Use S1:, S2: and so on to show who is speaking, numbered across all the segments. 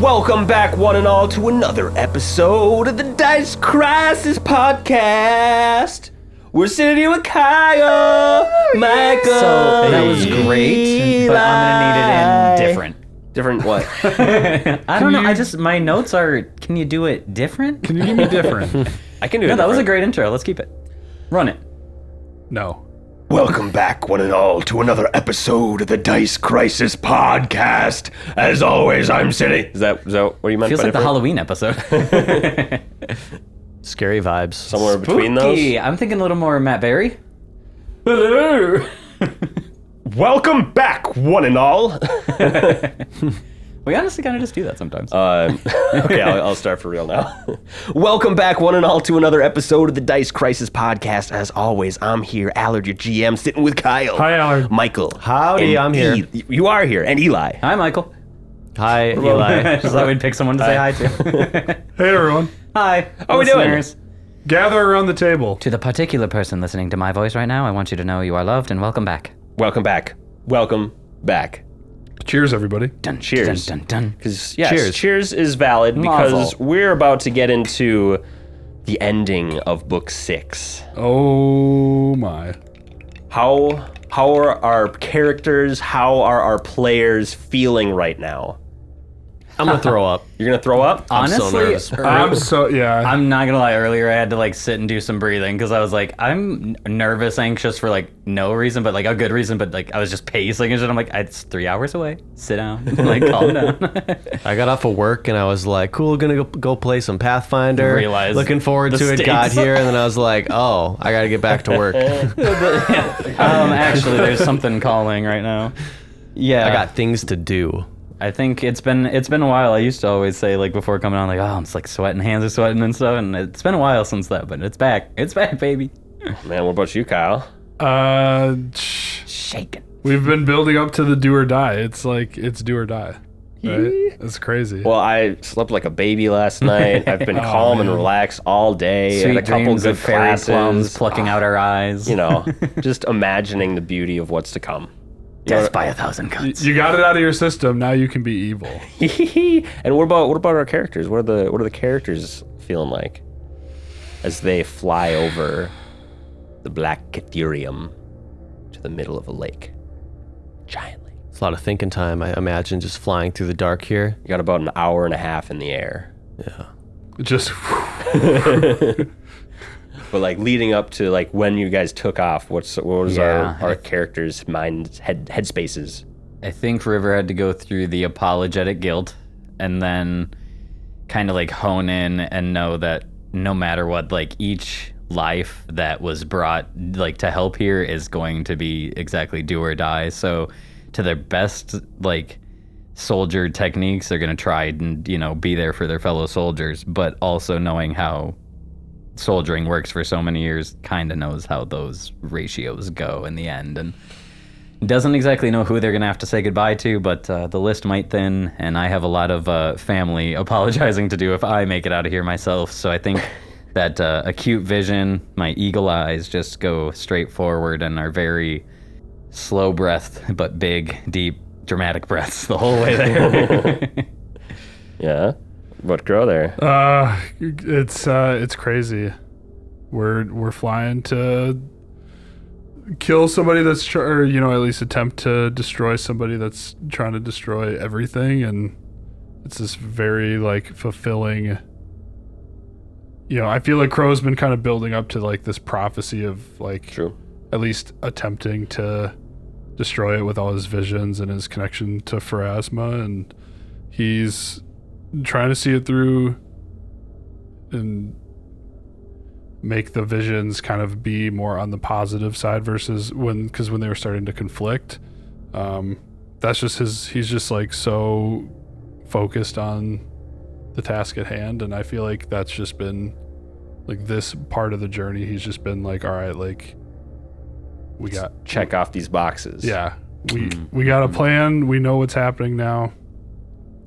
S1: Welcome back, one and all, to another episode of the Dice Crisis Podcast. We're sitting here with Kyle, Michael.
S2: Oh, So that was great, but I'm gonna need it in different.
S1: Different what?
S2: I don't know.
S3: you-
S2: I just my notes are. Can you do it different?
S3: Can you give me different?
S1: I can do it.
S2: no, that was a
S1: different.
S2: great intro. Let's keep it. Run it.
S3: no.
S1: Welcome back, one and all, to another episode of the Dice Crisis Podcast. As always, I'm sitting. Is that, is that what you meant?
S2: Feels
S1: by
S2: like the
S1: different?
S2: Halloween episode.
S4: Scary vibes.
S1: Somewhere between those.
S2: Spooky. I'm thinking a little more Matt Berry.
S1: Hello. Welcome back, one and all.
S2: We honestly kind of just do that sometimes.
S1: Um, okay, I'll, I'll start for real now. Welcome back, one and all, to another episode of the Dice Crisis Podcast. As always, I'm here, Allard, your GM, sitting with Kyle.
S3: Hi, Allard.
S1: Michael.
S4: Howdy,
S1: and
S4: I'm here.
S1: E- you are here, and Eli.
S2: hi, Michael.
S4: Hi, Eli.
S2: just thought we'd pick someone to say hi to.
S3: Hey everyone,
S2: hi.
S1: are we doing?
S2: listeners.
S3: gather around the table.
S2: To the particular person listening to my voice right now, I want you to know you are loved and welcome back.
S1: Welcome back. Welcome back.
S3: Cheers, everybody.
S2: Dun,
S1: Cheers.
S2: Dun, dun, dun.
S1: Because yes, cheers.
S4: Cheers.
S1: is valid because
S2: Mazel.
S1: we're about to get into the ending of book six.
S3: Oh my.
S1: How how are our characters? How are our players feeling right now?
S4: I'm gonna throw up.
S1: You're gonna throw up?
S4: so
S2: Honestly,
S4: nervous.
S2: ear-
S3: I'm so yeah.
S2: I'm not gonna lie. Earlier, I had to like sit and do some breathing because I was like, I'm n- nervous, anxious for like no reason, but like a good reason. But like, I was just pacing and shit. I'm like, it's three hours away. Sit down, like calm down.
S4: I got off of work and I was like, "Cool, gonna go, go play some Pathfinder."
S2: Realized
S4: looking forward
S2: the
S4: to it. Got
S2: stakes.
S4: here and then I was like, "Oh, I gotta get back to work." I
S2: um, actually, there's something calling right now. Yeah,
S4: got things to do.
S2: I think it's been it's been a while. I used to always say like before coming on, like, oh, I'm just like sweating, hands are sweating and stuff. And it's been a while since that, but it's back. It's back, baby.
S1: Man, what about you, Kyle?
S3: Uh, sh-
S2: Shaking.
S3: we've been building up to the do or die. It's like it's do or die. Right? That's crazy.
S1: Well, I slept like a baby last night. I've been calm and relaxed all day.
S2: Sweet
S1: Had a couple
S2: dreams
S1: good
S2: of fairy
S1: classes.
S2: plums plucking out our eyes.
S1: You know, just imagining the beauty of what's to come. You know
S2: death by a thousand cuts.
S3: you got it out of your system. Now you can be evil.
S1: what- and what about what about our characters? What are the what are the characters feeling like as they fly over the black catherium to the middle of a lake, giant lake?
S4: It's a lot of thinking time. I imagine just flying through the dark here.
S1: You got about an hour and a half in the air,
S3: Just
S1: but like leading up to like when you guys took off. What's what was
S2: Yeah.
S1: our our characters' minds head headspaces?
S2: I think River had to go through the apologetic guilt and then kind of like hone in and know that no matter what, like each life that was brought like to help here is going to be exactly do or die. So to their best like soldier techniques, they're gonna try and, you know, be there for their fellow soldiers, but also knowing how soldiering works for so many years kinda knows how those ratios go in the end and doesn't exactly know who they're going to have to say goodbye to, but uh, the list might thin, and I have a lot of uh, family apologizing to do if I make it out of here myself. So I think that uh, acute vision, my eagle eyes just go straight forward and are very slow breathed, but big, deep, dramatic breaths the whole way there.
S1: Yeah. What grow there?
S3: Uh, it's uh, it's crazy. We're we're flying to kill somebody that's tr- or you know at least attempt to destroy somebody that's trying to destroy everything, and it's this very like fulfilling. You know, I feel like Crow's been kind of building up to like this prophecy of like
S1: True.
S3: at least attempting to destroy it with all his visions and his connection to Pharasma and he's trying to see it through and make the visions kind of be more on the positive side versus when because when they were starting to conflict um that's just his he's just like so focused on the task at hand and i feel like that's just been like this part of the journey he's just been like all right like we got
S1: Check off these boxes.
S3: yeah. We we got a plan. We know what's happening now.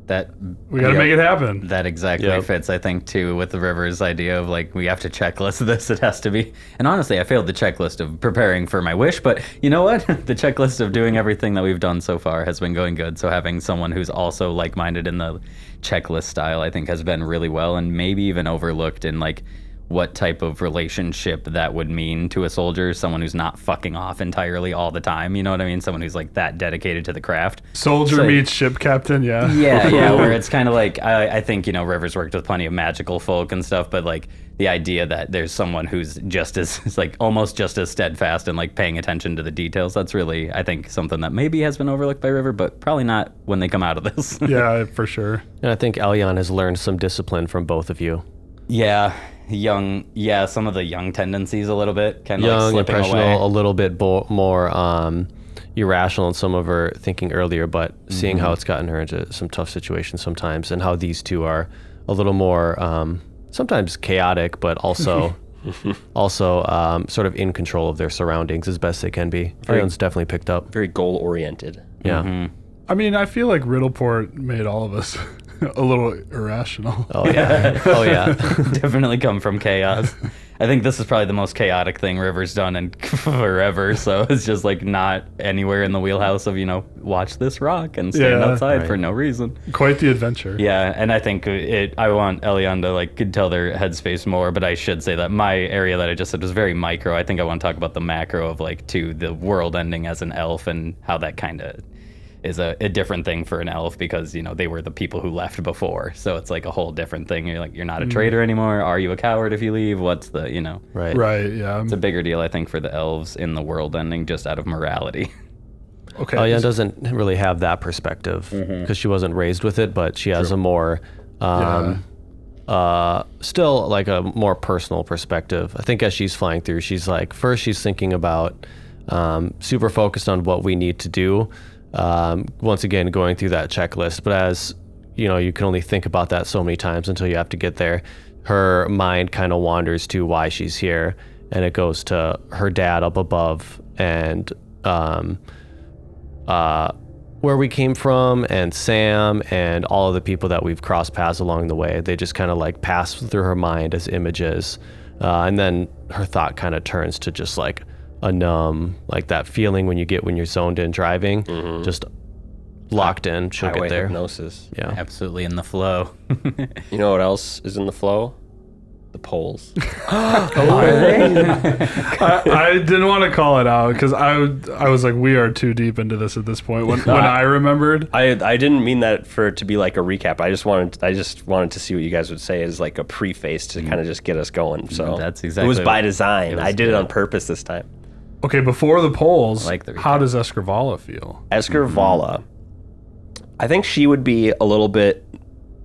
S2: That
S3: We got to
S2: Yep.
S3: make it happen.
S2: that exactly
S4: Yep.
S2: fits, I think, too, with the river's idea of like we have to checklist this. It has to be. And honestly, I failed the checklist of preparing for my wish, but you know what? the checklist of doing everything that we've done so far has been going good. So having someone who's also like-minded in the checklist style, I think, has been really well, and maybe even overlooked in like what type of relationship that would mean to a soldier someone who's not fucking off entirely all the time you know what i mean someone who's like that dedicated to the craft
S3: Soldier
S2: So-
S3: meets ship captain. Yeah.
S2: yeah, yeah, where it's kind of like I, I think you know Rivers worked with plenty of magical folk and stuff, but like the idea that there's someone who's just as is like almost just as steadfast and like paying attention to the details. That's really I think something that maybe has been overlooked by River, but probably not when they come out of this.
S3: yeah, for sure.
S4: And I think Elyon has learned some discipline from both of you.
S2: yeah, young. Yeah, some of the young tendencies a little bit, kind of like
S4: Young,
S2: slipping
S4: impressionable, a
S2: away.
S4: little bit bo- more um, irrational in some of her thinking earlier, but seeing
S2: Mm-hmm.
S4: how it's gotten her into some tough situations sometimes, and how these two are a little more um, sometimes chaotic, but also also um, sort of in control of their surroundings as best they can be. Elion's definitely picked up.
S1: Very goal oriented.
S4: Yeah.
S2: Mm-hmm.
S3: I mean, I feel like Riddleport made all of us a little irrational.
S4: Oh yeah. oh yeah.
S2: Definitely come from chaos. I think this is probably the most chaotic thing River's done in forever. So it's just like not anywhere in the wheelhouse of, you know, watch this rock and stand
S3: Yeah.
S2: outside for no reason.
S3: Quite the adventure.
S2: Yeah, and I think it. I want Elion to like could tell their headspace more, but I should say that my area that I just said was very micro. I think I want to talk about the macro of like to the world ending as an elf and how that kind of is a, a different thing for an elf because you know they were the people who left before, so it's like a whole different thing. You're like you're not a traitor anymore. Are you a coward if you leave? What's the you know?
S4: Right.
S3: Right. Yeah.
S2: It's a bigger deal I think for the elves in the world ending just out of morality.
S3: Okay.
S4: Elyon Oh, doesn't really have that perspective because
S2: Mm-hmm.
S4: she wasn't raised with it, but she has a more, um, uh, still like a more personal perspective. I think as she's flying through, she's like, first, she's thinking about um, super focused on what we need to do. Um, once again, going through that checklist, but as you know, you can only think about that so many times until you have to get there. Her mind kind of wanders to why she's here, and it goes to her dad up above and um, uh, where we came from and Sam and all of the people that we've crossed paths along the way. They just kind of like pass through her mind as images. Uh, and then her thought kind of turns to just like a numb, like that feeling when you get when you're zoned in driving, just locked in. She'll
S1: Highway
S4: get there.
S1: hypnosis.
S4: Yeah.
S2: Absolutely in the flow.
S1: You know what else is in the flow? The poles.
S3: I, I didn't want to call it out because I, would- I was like, we are too deep into this at this point. When, when I remembered,
S1: I I didn't mean that for it to be like a recap. I just wanted I just wanted to see what you guys would say as like a preface to kind of just get us going. So
S2: Mm. That's
S1: It
S2: exactly
S1: was by
S2: what-
S1: design.
S2: it was-
S1: I did it
S2: yeah.
S1: on purpose this time.
S3: okay, before the polls,
S2: like the
S3: how does Escrivala feel?
S1: Escarvala, I think she would be a little bit,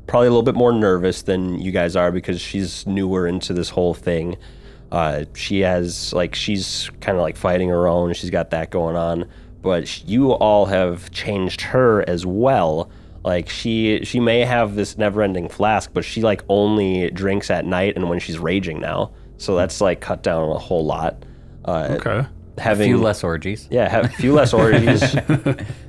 S1: probably a little bit more nervous than you guys are because she's newer into this whole thing. Uh, she has, like, she's kind of like fighting her own. She's got that going on. But sh- you all have changed her as well. Like she, she may have this never-ending flask, but she like only drinks at night and when she's raging now. So that's like cut down a whole lot. Uh,
S3: Okay.
S1: Having
S2: Few less orgies.
S1: yeah, have a few less orgies.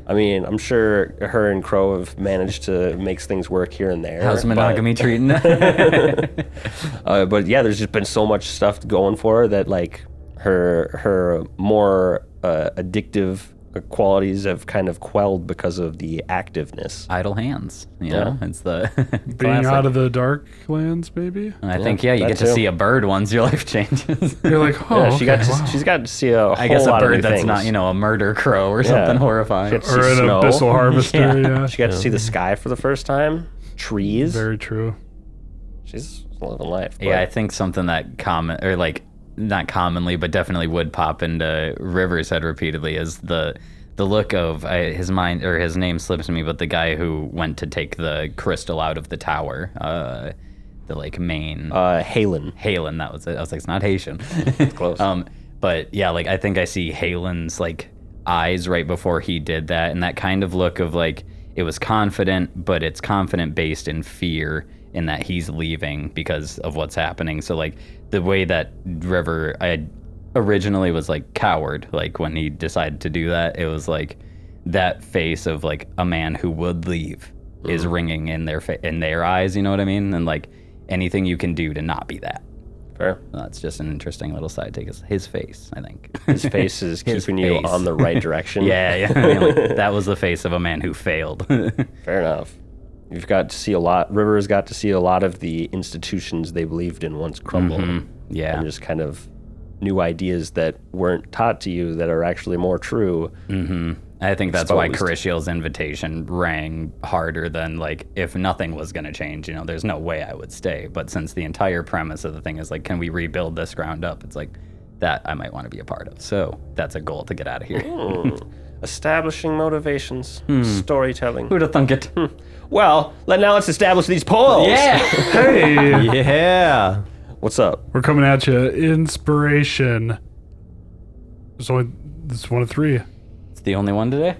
S1: I mean, I'm sure her and Crow have managed to make things work here and there.
S2: How's
S1: but-
S2: monogamy treating?
S1: uh, but yeah, there's just been so much stuff going for her that like her her more uh, addictive qualities have kind of quelled because of the activeness.
S2: idle hands. You know, it's the
S3: Being out of the dark lands, maybe?
S2: I think yeah, you
S1: that
S2: get to
S1: too.
S2: see a bird once your life changes.
S3: You're like, oh,
S1: Yeah, she got
S3: okay,
S1: to,
S3: wow.
S1: she's got to see a whole
S2: I guess a
S1: lot
S2: bird
S1: of new
S2: that's
S1: things.
S2: not you know a murder crow or something
S1: She
S2: horrifying.
S1: got to see
S3: or an
S1: snow.
S3: abyssal harvester. yeah.
S1: She got to see the sky for the first time. Trees.
S3: Very true.
S1: She's living life. but-
S2: Yeah, I think something that common or like not commonly, but definitely would pop into River's head repeatedly is the the look of I, his mind or his name slips me, but the guy who went to take the crystal out of the tower, uh, the like main
S1: Uh, Halen.
S2: Halen, that was it. I was like, it's not Haitian.
S1: Close.
S2: um, but yeah, like I think I see Halen's like eyes right before he did that, and that kind of look of like it was confident, but it's confident based in fear in that he's leaving because of what's happening. So like the way that River I originally was like coward, like when he decided to do that, it was like that face of like a man who would leave is ringing in their fa- in their eyes. You know what I mean? And like anything you can do to not be that.
S1: Fair.
S2: That's just an interesting little side take. Is his face? I think
S1: His face is
S2: His
S1: keeping you
S2: face.
S1: on the right direction.
S2: yeah, yeah. I mean, like, that was the face of a man who failed.
S1: Fair enough. You've got to see a lot. River's got to see a lot of the institutions they believed in once crumble,
S2: yeah.
S1: and just kind of new ideas that weren't taught to you that are actually more true.
S2: I think that's why
S1: exposed.
S2: Carishiel's invitation rang harder than like if nothing was going to change, you know, there's no way I would stay. But since the entire premise of the thing is like, can we rebuild this ground up? It's like that I might want to be a part of. So that's a goal to get out of here.
S1: Establishing motivations, storytelling.
S2: Who'd have thunk it?
S1: Well, let now let's establish these poles.
S2: yeah.
S3: Hey,
S4: Yeah.
S1: What's up?
S3: we're coming at you. Inspiration. There's only it's one of three.
S2: it's the only one today.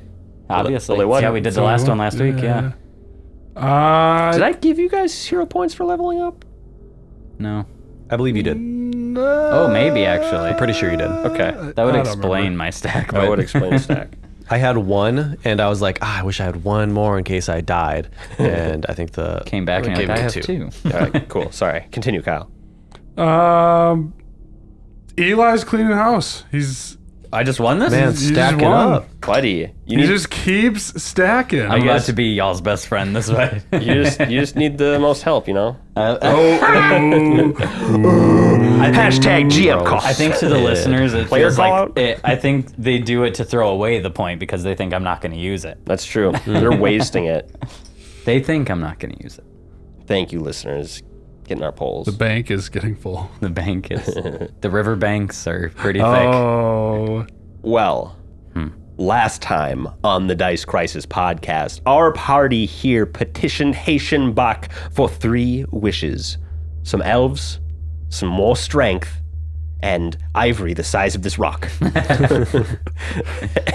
S2: Obviously.
S1: only one.
S2: Yeah, we did the last one last week. Yeah.
S3: Uh,
S1: Did I give you guys zero points for leveling up?
S2: No.
S4: I believe you did.
S2: Oh, maybe actually. I'm
S4: Pretty sure you did.
S1: Okay,
S2: That would
S3: I don't
S2: explain
S3: remember.
S2: my stack.
S1: that
S2: but-
S1: would explain the stack.
S4: I had one, and I was like, ah, I wish I had one more in case I died. And I think the
S2: Came back and
S4: It
S2: you're like, I have
S4: gave me
S2: two.
S1: All right, cool. Sorry. Continue, Kyle.
S3: Um, Eli's cleaning house. He's
S2: I just won this?
S4: man
S3: just
S4: stacking
S3: won.
S4: up.
S1: Buddy, you
S3: he
S1: need
S3: just keeps stacking.
S2: I'm about
S1: guess-
S2: to be y'all's best friend this way.
S1: you just you just need the most help, you know? Oh. Hashtag GM cost.
S2: I think to the listeners, it
S1: Player
S2: feels like
S1: call-out?
S2: it, I think they do it to throw away the point because they think I'm not going to use it.
S1: That's true. They're wasting it.
S2: They think I'm not going to use it.
S1: Thank you, listeners. Getting our polls.
S3: the bank is getting full.
S2: The bank is the river banks are pretty thick.
S3: Oh,
S1: Well, last time on the Dice Crisis podcast, our party here petitioned Haitian Bach for three wishes some elves, some more strength, and ivory the size of this rock.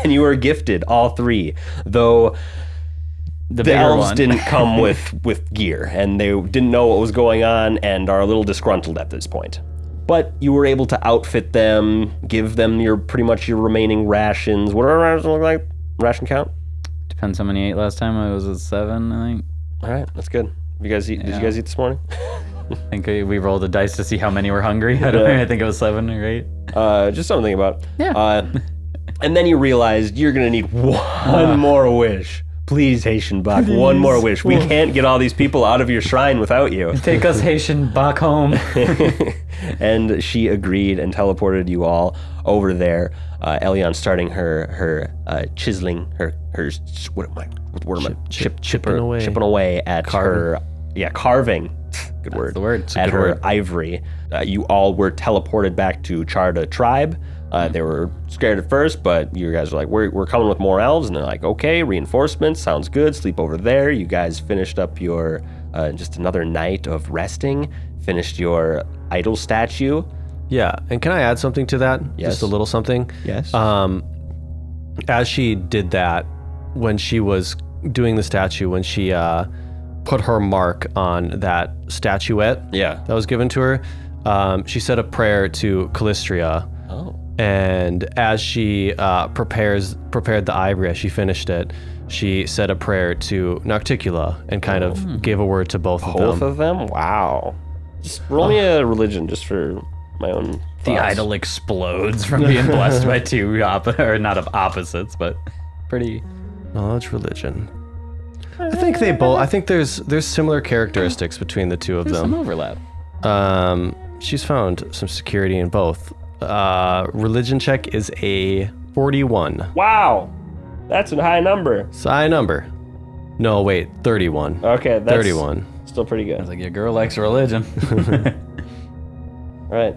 S1: and you were gifted all three, though
S2: the
S1: the
S2: bigger
S1: elves
S2: one.
S1: didn't come with with gear and they didn't know what was going on and are a little disgruntled at this point but you were able to outfit them give them your pretty much your remaining rations what do our rations look like ration count
S2: Depends how many you ate last time. I was at seven, I think.
S1: all right that's good you guys eat, did you guys eat this morning
S2: I think we- we rolled a dice to see how many were hungry. I don't know. I think it was seven or eight.
S1: uh, just something about it.
S2: Yeah.
S1: uh, and then you realized you're gonna need one more wish please haitian buck one more wish we can't get all these people out of your shrine without you
S2: Take us Haitian back home.
S1: and she agreed and teleported you all over there. Uh, Elion starting her her uh, chiseling her her s- what am I what word am I chip, chipper-
S4: away.
S1: chipping away at her yeah carving good word
S2: the word. It's a
S1: at
S2: good
S1: her
S2: word.
S1: ivory. Uh, you all were teleported back to Charda tribe.
S2: Hmm.
S1: Uh, they were scared at first, but you guys were like, we're, we're coming with more elves. And they're like, okay, reinforcements, sounds good. Sleep over there. You guys finished up your uh, just another night of resting, finished your idol statue.
S4: Yeah. And can I add something to that?
S1: Yes.
S4: Just a little something.
S1: Yes.
S4: Um, as she did that, when she was doing the statue, when she uh, put her mark on that statuette
S1: yeah.
S4: that was given to her, um, she said a prayer to Callistria.
S1: Oh.
S4: And as she uh, prepares prepared the ivory, as she finished it, she said a prayer to Nocticula and kind of gave a word to both, of
S1: Both
S4: them.
S1: of them? Wow. Just roll me a religion just for my own.
S2: The
S1: thoughts.
S2: idol explodes from being blessed by two op- or not of opposites, but pretty.
S4: Knowledge, religion. I think they both. I think there's there's similar characteristics between the two of
S2: Uh, There's some
S4: them.
S2: overlap.
S4: Um, she's found some security in both. Uh, religion check is a 41.
S1: Wow. That's a high number.
S4: It's a high number. No, wait, 31.
S1: Okay, Uh, that's
S4: 31.
S1: still pretty good.
S2: It's like your girl likes religion.
S1: All right.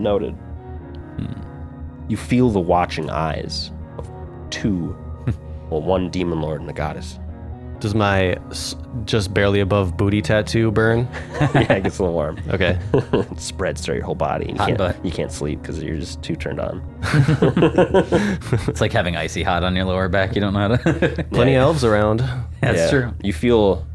S1: Noted. Hmm. You feel the watching eyes of two, well, one demon lord and a goddess.
S4: Does my s- just barely above booty tattoo burn?
S1: yeah, it gets a little warm.
S4: Okay.
S1: it spreads throughout your whole body. and You
S2: Hot
S1: can't,
S2: butt.
S1: you can't sleep because you're just too turned on.
S2: it's like having icy hot on your lower back. You don't know how to.
S4: Plenty of elves around.
S2: That's
S1: Yeah.
S2: true.
S1: You feel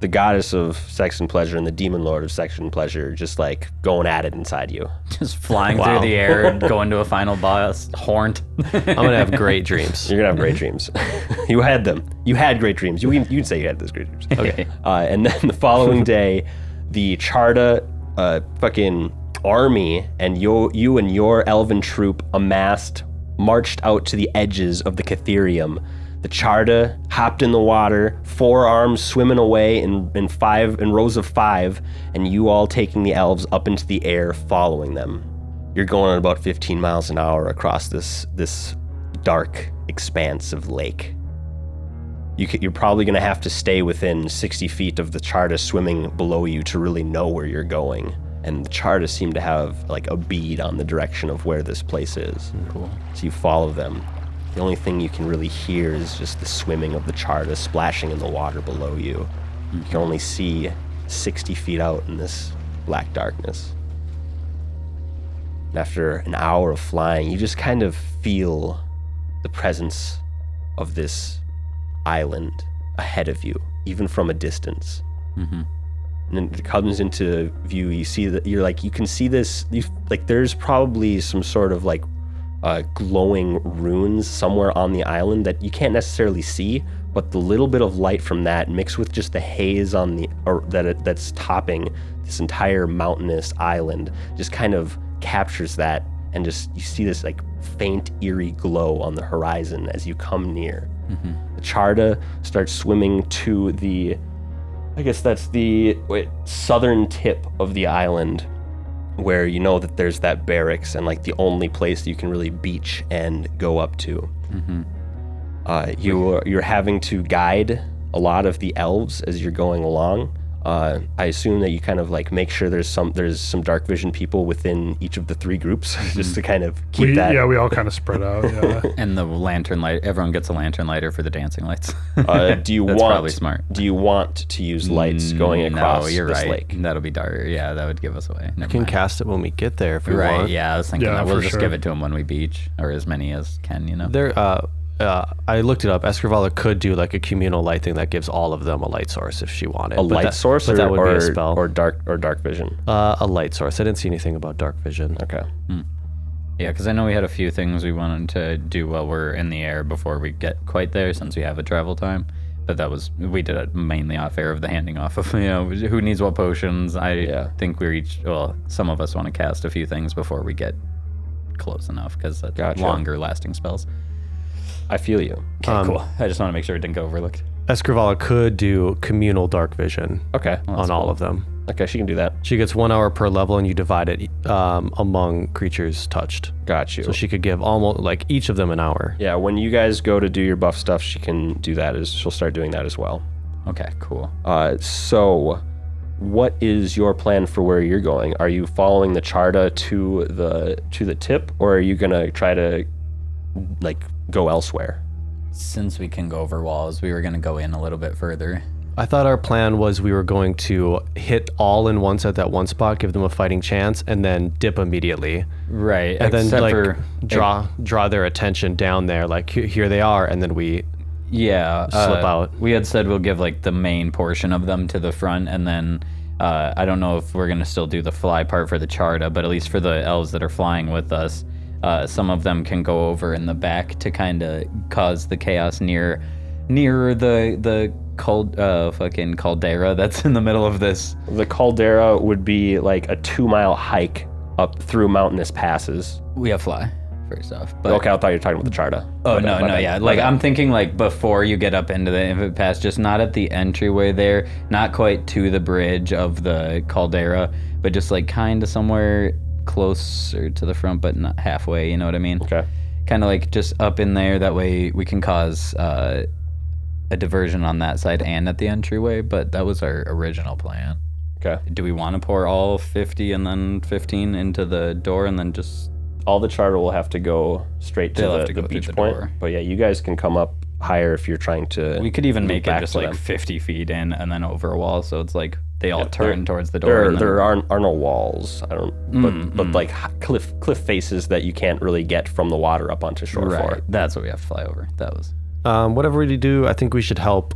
S1: the goddess of sex and pleasure and the demon lord of sex and pleasure just like going at it inside you.
S2: Just flying through the air and going to a final boss, horned.
S4: I'm gonna have great dreams.
S1: You're gonna have great dreams. you had them. You had great dreams. You you'd say you had those great dreams.
S2: Okay.
S1: Uh, and then the following day, the Charda uh, fucking army and you, you and your elven troop amassed, marched out to the edges of the Catherium. The Charda hopped in the water, forearms swimming away in, in five in rows of five, and you all taking the elves up into the air, following them. You're going at about 15 miles an hour across this this dark expanse of lake you c- you're probably going to have to stay within 60 feet of the Charda swimming below you to really know where you're going. And the Charda seem to have like a bead on the direction of where this place is. Cool. So you follow them. The only thing you can really hear is just the swimming of the Charda splashing in the water below you. You can only see 60 feet out in this black darkness. And after an hour of flying, you just kind of feel the presence of this island ahead of you, even from a distance. And then it comes into view. You see that you're like you can see this. You like there's probably some sort of like uh, glowing runes somewhere on the island that you can't necessarily see, but the little bit of light from that mixed with just the haze on the or that it, that's topping this entire mountainous island just kind of captures that and just you see this like faint eerie glow on the horizon as you come near. The Charda starts swimming to the, I guess that's the wait, southern tip of the island, where you know that there's that barracks and like the only place you can really beach and go up to. Uh, you are, you're having to guide a lot of the elves as you're going along. Uh, I assume that you kind of like make sure there's some there's some dark vision people within each of the three groups just to kind of keep
S3: We,
S1: that
S3: yeah, we all kind of spread out. Yeah.
S2: And the lantern light. Everyone gets a lantern lighter for the dancing lights.
S1: Uh, do you
S2: That's
S1: want?
S2: probably smart.
S1: Do you want to use lights
S4: Mm,
S1: going across
S2: no, you're
S1: this
S2: right.
S1: lake?
S2: That'll be dark. Yeah, that would give us away. Never
S4: We can
S2: mind.
S4: cast it when we get there if we
S2: right.
S4: want.
S2: Yeah, I was thinking
S3: Yeah,
S2: that we'll
S3: for
S2: just
S3: sure.
S2: give it to him when we beach, or as many as can. You know.
S4: There, uh, uh, I looked it up. Escrivala could do like a communal light thing that gives all of them a light source if she wanted.
S1: A light
S4: that,
S1: source,
S4: but
S1: or,
S4: that would
S1: or,
S4: be a spell.
S1: or dark or dark vision.
S4: uh, a light source. I didn't see anything about dark vision.
S1: Okay.
S2: Yeah, because I know we had a few things we wanted to do while we're in the air before we get quite there, since we have a travel time. But that was we did it mainly off air of the handing off of you know who needs what potions. I
S1: Yeah.
S2: think we're each well, some of us want to cast a few things before we get close enough because that's
S1: Gotcha.
S2: longer lasting spells.
S1: I feel you.
S2: Okay, cool. Um, I just want to make sure it didn't go overlooked.
S4: Escrivala Um, could do communal dark vision
S1: Okay.
S4: on all of them.
S1: Okay, she can do that.
S4: She gets one hour per level, and you divide it um, among creatures touched.
S1: Got you.
S4: So she could give almost like each of them an hour.
S1: yeah, when you guys go to do your buff stuff, she can do that. Is she'll start doing that as well.
S2: Okay, cool.
S1: Uh, so, what is your plan for where you're going? Are you following the charda to the to the tip, or are you gonna try to like go elsewhere?
S2: Since we can go over walls, we were gonna go in a little bit further.
S4: I thought our plan was we were going to hit all in once at that one spot, give them a fighting chance, and then dip immediately.
S2: Right.
S4: and then
S2: except
S4: like
S2: for
S4: draw draw their attention down there like "Here- here they are and then we
S2: Yeah,
S4: Slip
S2: uh,
S4: out.
S2: We had said we'll give like the main portion of them to the front, and then uh, I don't know if we're gonna still do the fly part for the charta, but at least for the elves that are flying with us, uh, some of them can go over in the back to kind of cause the chaos near nearer the the cold uh, fucking caldera that's in the middle of this.
S1: The caldera would be like a two mile hike up through mountainous passes.
S2: We have fly first off, but
S1: Okay, I thought you were talking about the charta.
S2: Oh
S1: My
S2: no,
S1: bad, my
S2: no,
S1: bad.
S2: yeah. Like I'm thinking like before you get up into the infant pass, just not at the entryway there, not quite to the bridge of the caldera, but just like kind of somewhere closer to the front, but not halfway. You know what I mean?
S1: Okay.
S2: Kind of like just up in there. That way we can cause uh, a diversion on that side and at the entryway. But that was our original plan.
S1: Okay.
S2: Do we want to pour all 50 and then 15 into the door and then just
S1: All the charter will have to go straight to
S2: They'll
S1: the,
S2: have to
S1: the
S2: go through
S1: beach
S2: the
S1: point.
S2: door.
S1: But yeah, you guys can come up higher if you're trying to.
S2: We could even
S1: move
S2: make it
S1: back
S2: just
S1: to
S2: like
S1: them.
S2: 50 feet in and then over a wall. So it's like they all
S1: there-
S2: turn towards the door. Mm,
S1: There,
S2: and then-
S1: there aren't are no walls. I don't. But but like h- cliff cliff faces that you can't really get from the water up onto shore
S2: Right.
S1: floor.
S2: That's what we have to fly over. That was.
S4: um, whatever we do i think we should help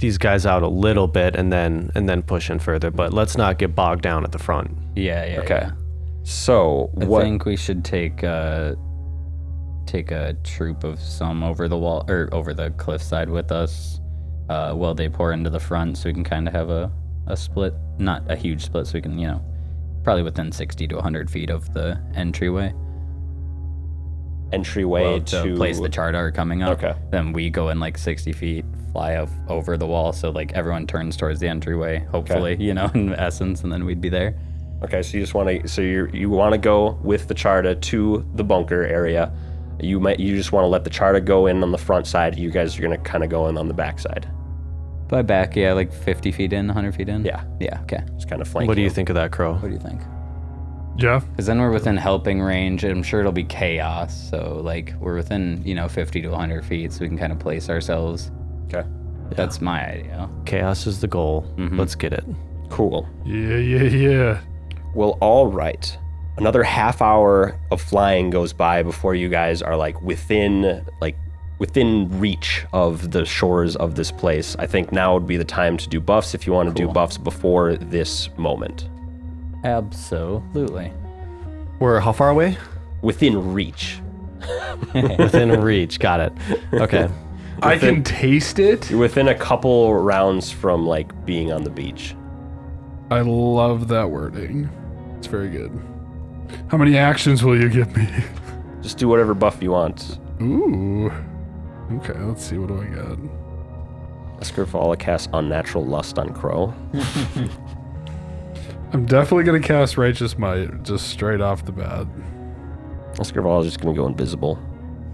S4: these guys out a little bit and then and then push in further. But let's not get bogged down at the front.
S2: Yeah, yeah.
S1: Okay.
S2: yeah.
S1: So
S2: I
S1: what?
S2: think we should take uh take a troop of some over the wall or over the cliffside with us uh, while they pour into the front, so we can kind of have a a split, not a huge split, so we can you know probably within sixty to hundred feet of the entryway.
S1: entryway
S2: well,
S1: to,
S2: to place the chart are coming up.
S1: Okay.
S2: Then we go in like 60 feet, fly off over the wall, so like everyone turns towards the entryway, hopefully, you know, in essence, and then we'd be there.
S1: Okay, so you just want to, so you you want to go with the charta to the bunker area. You might, you just want to let the charta go in on the front side. You guys are gonna kind of go in on the back side.
S2: By back, yeah, like 50 feet in, 100 feet in.
S1: Yeah.
S2: Yeah. Okay.
S1: Just kind of flanking.
S4: what do you think of that, Crow?
S2: What do you think?
S3: Yeah.
S2: Because then we're within helping range, and I'm sure it'll be chaos. So like we're within you know 50 to 100 feet, so we can kind of place ourselves.
S1: Okay.
S2: That's my idea.
S4: Chaos is the goal. Let's get it.
S1: Cool.
S3: Yeah, yeah, yeah.
S1: Well, all right. Another half hour of flying goes by before you guys are like within like within reach of the shores of this place. I think now would be the time to do buffs if you want to do buffs before this moment.
S2: Absolutely.
S4: We're how far away?
S1: Within reach.
S4: Within reach. Got it. Okay.
S3: I can taste it.
S1: You're within a couple rounds from like being on the beach.
S3: I love that wording. It's very good. How many actions will you give me?
S1: Just do whatever buff you want.
S3: Ooh. Okay, let's see. What do I got?
S1: Escarvala casts unnatural lust on Crow.
S3: I'm definitely going to cast Righteous Might just straight off the bat.
S1: Escarvala just gonna go invisible.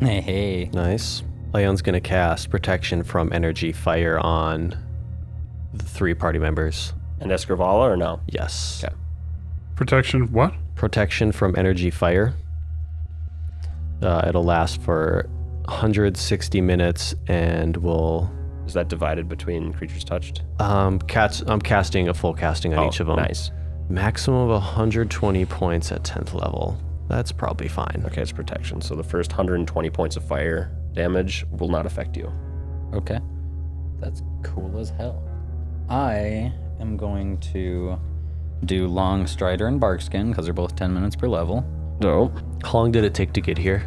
S2: Hey, hey.
S4: Nice. Leon's gonna cast protection from energy fire on the three party members.
S1: And Escarvala or no?
S4: Yes.
S1: Okay.
S3: Protection, what?
S4: Protection from energy fire. Uh, it'll last for 160 minutes and will.
S1: Is that divided between creatures touched?
S4: Um, cats, I'm casting a full casting on
S1: Oh,
S4: each of them.
S1: Nice.
S4: Maximum of 120 points at 10th level. That's probably fine.
S1: Okay, it's protection. So the first 120 points of fire damage will not affect you.
S2: Okay. That's cool as hell. I am going to do Long Strider and Barkskin because they're both 10 minutes per level.
S1: No.
S4: How long did it take to get here?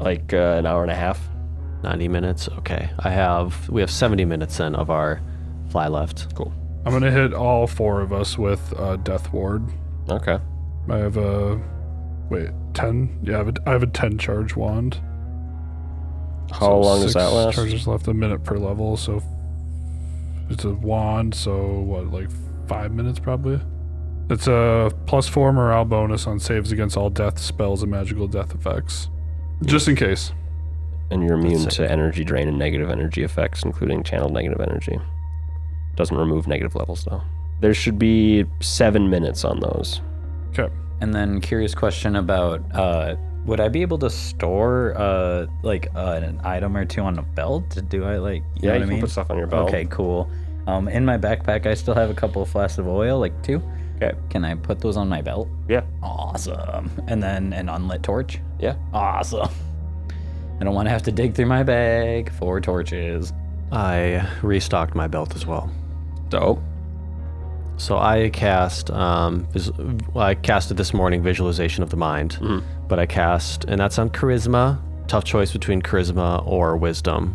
S1: Like uh, an hour and a half.
S4: 90 minutes. Okay. I have. We have 70 minutes then of our fly left.
S1: Cool.
S3: I'm going to hit all four of us with uh, Death Ward.
S1: Okay.
S3: I have a. Wait, 10? Yeah, I have a, I have a 10 charge wand.
S1: How
S3: So
S1: long does
S3: six
S1: that last?
S3: Charges left a minute per level, so f- it's a wand. So what, like five minutes probably? It's a plus four morale bonus on saves against all death spells and magical death effects, just in case.
S1: And you're immune
S4: That's
S1: to energy drain and negative energy effects, including channeled negative energy. Doesn't remove negative levels though. There should be seven minutes on those.
S3: Okay.
S2: And then, curious question about uh, would I be able to store uh, like uh, an item or two on a belt? Do I like, you know what
S1: you
S2: I
S1: can
S2: mean?
S1: put stuff on your belt.
S2: Okay, cool. Um, in my backpack, I still have a couple of flasks of oil, like two.
S1: Okay.
S2: Can I put those on my belt?
S1: Yeah.
S2: Awesome. And then an unlit torch.
S1: Yeah.
S2: Awesome. I don't want to have to dig through my bag for torches.
S4: I restocked my belt as well.
S1: Dope.
S4: So I cast, um, vis- well, I casted this morning visualization of the mind, but I cast, and that's on charisma. Tough choice between charisma or wisdom.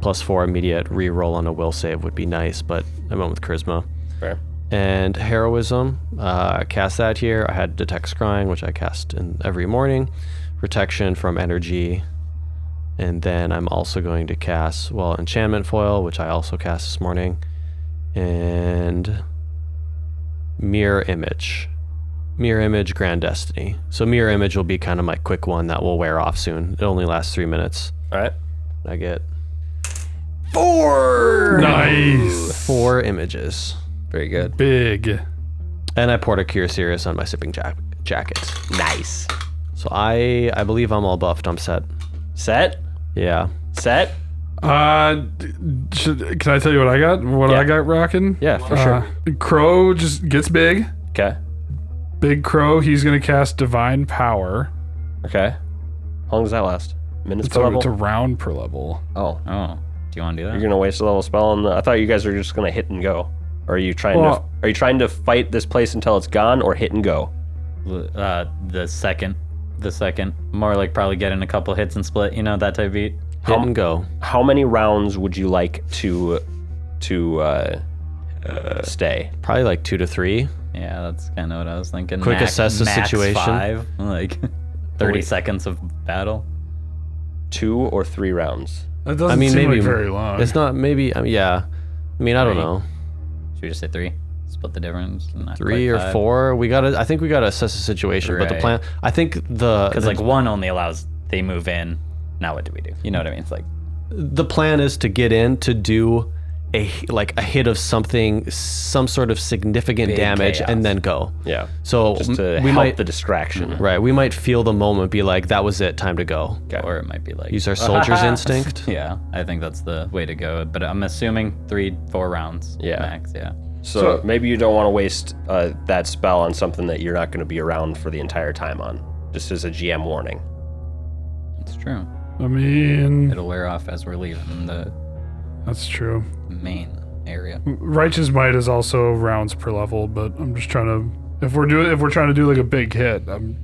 S4: Plus four immediate reroll on a will save would be nice, but I went with charisma.
S1: Fair.
S4: And heroism, uh, I cast that here. I had detect scrying, which I cast in every morning. Protection from energy, and then I'm also going to cast, well, Enchantment Foil, which I also cast this morning, and Mirror Image. Mirror Image Grand Destiny. So, Mirror Image will be kind of my quick one that will wear off soon. It only lasts three minutes.
S1: All right.
S4: I get
S3: Nice.
S4: four images.
S1: Very good.
S3: Big.
S4: And I poured a Cure Serious on my sipping jack- jacket.
S1: Nice.
S4: So, I I believe I'm all buffed. I'm set.
S1: Set.
S4: Yeah.
S1: Set.
S3: Uh, d- should, can I tell you what I got? What I got rocking?
S1: Yeah, for
S3: Uh,
S1: sure.
S3: Crow just gets big.
S1: Okay.
S3: Big Crow. He's gonna cast Divine Power.
S1: Okay. How long does that last? Minutes
S3: It's
S1: per
S3: a,
S1: level.
S3: it's a round per level.
S1: oh.
S2: Oh, do Do you want to do that?
S1: You're gonna waste a level spell on the. I thought you guys were just gonna hit and go. Or are you trying to?
S3: Well-
S1: Are you trying to fight this place until it's gone, or hit and go?
S2: uh, the second, the second, more like probably getting a couple hits and split, you know, that type beat.
S4: Hit and go.
S1: How many rounds would you like to to uh, stay?
S4: Probably like two to three.
S2: Yeah, that's kind of what I was thinking.
S4: Quick
S2: Max-
S4: assess the
S2: max
S4: situation.
S2: Five, like thirty
S1: Wait.
S2: seconds of battle.
S1: Two or three rounds?
S3: That doesn't
S4: I mean,
S3: seem
S4: maybe
S3: like very long.
S4: It's not maybe. I mean, yeah. I mean, I don't know.
S2: Should we just say three? Split the difference. Not
S4: Three
S2: quite
S4: or
S2: five.
S4: four. We gotta. I think we gotta assess the situation. But the
S2: Right.
S4: plan. I think the
S2: Because
S4: the-
S2: like one only allows they move in. Now what do we do? You know what I mean? It's like
S4: the plan is to get in to do a like a hit of something, some sort of significant
S2: Big
S4: damage,
S2: chaos.
S4: and then go.
S1: Yeah.
S4: So
S1: Just to
S4: m-
S1: help
S4: we might
S1: the distraction.
S4: right. We might feel the moment, be like, "That was it. Time to go."
S1: Okay.
S2: or it might be like
S4: Use our soldier's instinct.
S2: yeah. I think that's the way to go. But I'm assuming three, four rounds.
S1: Yeah.
S2: Max. Yeah.
S1: So, maybe you don't want to waste uh, that spell on something that you're not going to be around for the entire time on. Just as a GM warning.
S2: It's true.
S3: I mean,
S2: It'll wear off as we're leaving the
S3: that's true.
S2: main area.
S3: Righteous Might is also rounds per level, but I'm just trying to. If we're doing, if we're trying to do like a big hit, I'm.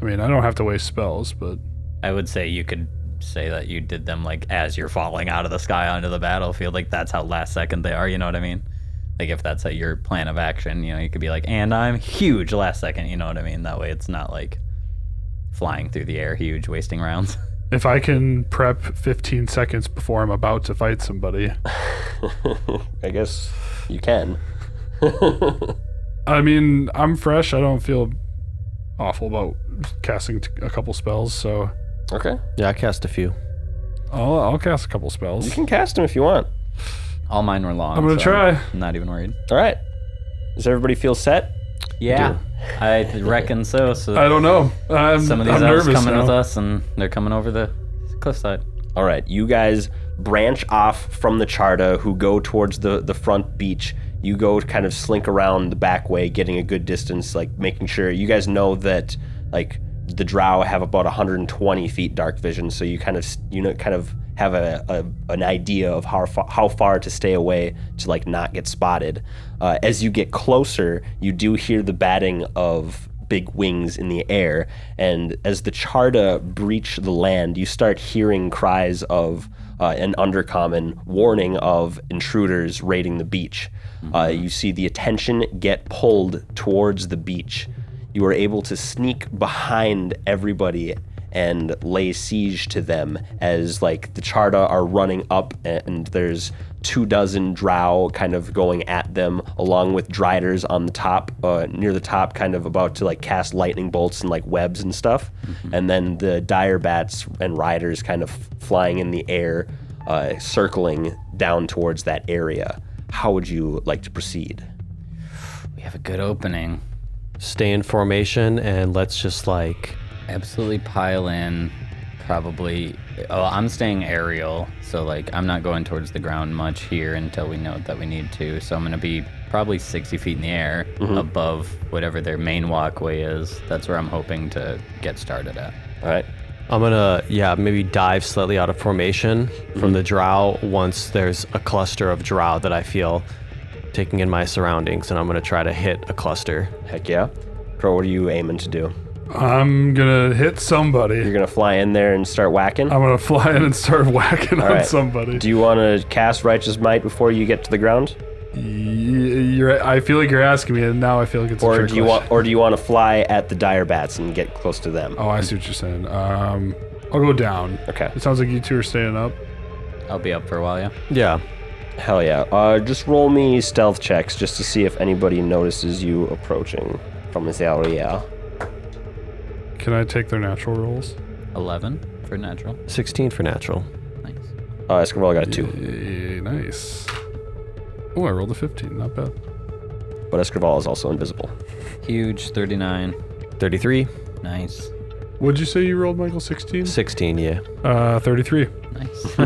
S3: I mean, I don't have to waste spells, but
S2: I would say you could say that you did them like as you're falling out of the sky onto the battlefield. Like that's how last second they are. You know what I mean? Like if that's like, your plan of action, you know, you could be like, and I'm huge last second. You know what I mean? That way it's not like flying through the air, huge, wasting rounds.
S3: if I can prep 15 seconds before I'm about to fight somebody,
S1: I guess you can.
S3: I mean, I'm fresh. I don't feel awful about casting t- a couple spells, so
S1: Okay.
S4: Yeah, I cast a few.
S3: I'll, I'll cast a couple
S1: You
S3: spells.
S1: can cast him if you want.
S2: All mine were long.
S3: I'm gonna
S2: so
S3: try.
S2: I'm not even worried.
S1: All right. Does everybody feel set?
S2: Yeah, I reckon so. So
S3: I don't know. I'm,
S2: some of these
S3: I'm
S2: elves
S3: nervous
S2: coming
S3: now.
S2: with us, and they're coming over the cliffside.
S1: All right, you guys branch off from the charta who go towards the, the front beach. You go kind of slink around the back way, getting a good distance, like making sure you guys know that like the drow have about 120 feet dark vision, so you kind of s- you know kind of have a, a an idea of how far, how far to stay away to like not get spotted. Uh, as you get closer, you do hear the batting of big wings in the air. And as the Charda breach the land, you start hearing cries of uh, an undercommon warning of intruders raiding the beach. Uh, you see the attention get pulled towards the beach. You are able to sneak behind everybody and lay siege to them as like the charta are running up and there's two dozen drow kind of going at them along with driders on the top uh, near the top kind of about to like cast lightning bolts and like webs and stuff and then the dire bats and riders kind of flying in the air uh, circling down towards that area how would you like to proceed
S2: We have a good opening.
S4: Stay in formation and let's just like
S2: absolutely pile in probably oh i'm staying aerial so like i'm not going towards the ground much here until we know that we need to so i'm going to be probably 60 feet in the air
S3: Mm-hmm.
S2: above whatever their main walkway is that's where i'm hoping to get started at
S1: all right
S4: I'm gonna, yeah, maybe dive slightly out of formation from the drow once there's a cluster of drow that I feel taking in my surroundings, and I'm gonna try to hit a cluster.
S1: heck yeah crow what are you aiming to do
S3: I'm gonna hit somebody.
S1: you're gonna fly in there and start whacking
S3: I'm gonna fly in and start whacking on
S1: right.
S3: somebody.
S1: do you want to cast righteous might before you get to the ground
S3: Y- You're, I feel like you're asking me, and now I feel like it's a
S1: or
S3: trick
S1: do you
S3: question.
S1: want or do you want to fly at the dire bats and get close to them
S3: Oh, I see what you're saying. Um, I'll go down.
S1: okay
S3: It sounds like you two are staying up.
S2: i'll be up for a while yeah
S4: Yeah,
S1: hell yeah uh, just roll me stealth checks just to see if anybody notices you approaching from this area
S3: Can I take their natural rolls?
S2: 11 for natural
S4: 16 for natural.
S2: nice
S1: uh, Escobar got a two
S3: Eh, nice. Oh, I rolled a 15. Not bad.
S1: but Escobar is also invisible
S2: huge 39
S4: 33,
S2: nice
S3: What'd you say you rolled, Michael? 16?
S4: 16, yeah.
S3: Uh, 33.
S2: nice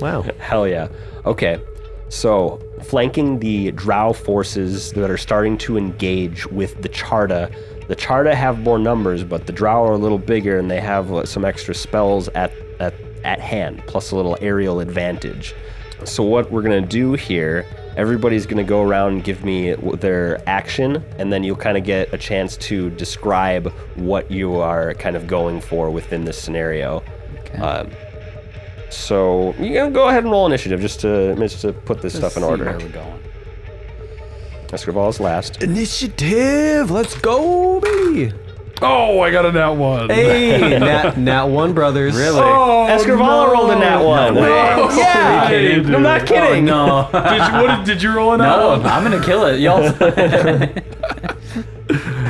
S4: Wow.
S1: Hell yeah. Okay. So, flanking the drow forces that are starting to engage with the Charta, the Charta have more numbers, but the drow are a little bigger and they have uh, some extra spells at, at at hand, plus a little aerial advantage. So what we're gonna do here, everybody's gonna go around and give me w- their action, and then you'll kind of get a chance to describe what you are kind of going for within this scenario. Um, so you can go ahead and roll initiative just to just to put this stuff in
S2: Where we're
S1: order.
S2: going.
S1: Escrival is last.
S4: Initiative. Let's go, baby.
S3: Oh, I got a nat one.
S4: Hey, Nat, Nat One Brothers. Really?
S3: Oh,
S1: Escrival
S3: no.
S1: rolled in that one.
S3: No,
S1: Yeah,
S3: way, dude.
S1: I'm not kidding.
S4: Oh,
S2: No.
S3: Did you, what, did you roll a nat
S2: Oh, No,
S3: one?
S2: I'm gonna kill it, y'all.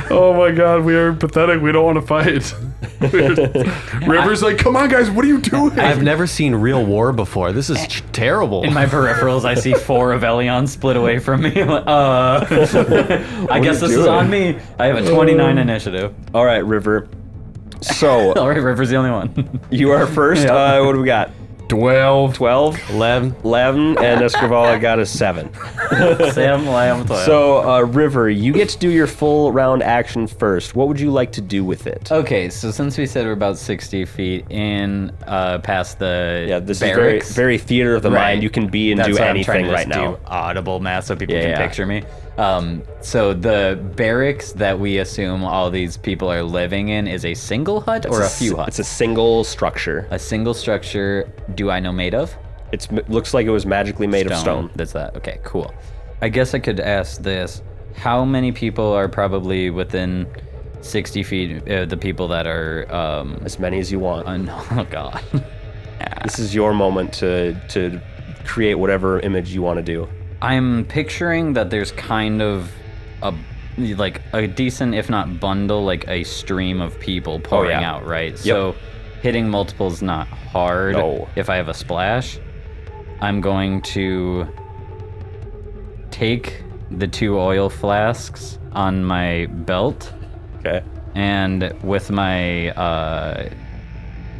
S3: Oh my god, we are pathetic. We don't want to fight. River's like, come on, guys, what are you doing?
S4: I've never seen real war before. This is ch- terrible.
S2: In my peripherals, I see four of Elyon split away from me. uh, I guess
S1: you
S2: this is
S1: doing? Uh,
S2: on me. I have a 29 initiative.
S1: All right, River. So
S2: All right, River's the only one.
S1: you are first.
S2: Yeah.
S1: Uh, what do we got?
S3: 12.
S1: 12,
S4: Lev,
S1: 11, and Escrivala got a 7.
S2: Sam, Lamb, Toya.
S1: So, uh, River, you get to do your full round action first. What would you like to do with it?
S2: Okay, so since we said we're about 60 feet in uh, past the
S1: yeah, this
S2: barracks,
S1: is very, very theater of the
S2: Right.
S1: mind. You can be and
S2: That's
S1: do
S2: what I'm trying
S1: anything
S2: to
S1: right
S2: just
S1: now.
S2: Do audible math so people
S1: Yeah,
S2: can
S1: yeah.
S2: picture me. Um, so the barracks that we assume all these people are living in is a single hut or a,
S1: It's
S2: few
S1: s- It's
S2: huts.
S1: a single structure.
S2: a single structure. Do I know made of?
S1: It looks like it was magically made of stone.
S2: That's that. Okay, cool. I guess I could ask this: How many people are probably within 60 feet? Uh, the people that are. Um,
S1: As many as you want.
S2: un- oh God.
S1: This is your moment to to create whatever image you want to do.
S2: I'm picturing that there's kind of a like a decent, if not bundle, like a stream of people pouring
S1: Oh, yeah.
S2: out, right? So hitting multiples not hard.
S1: No.
S2: If I have a splash, I'm going to take the two oil flasks on my belt
S1: Okay.
S2: and with my uh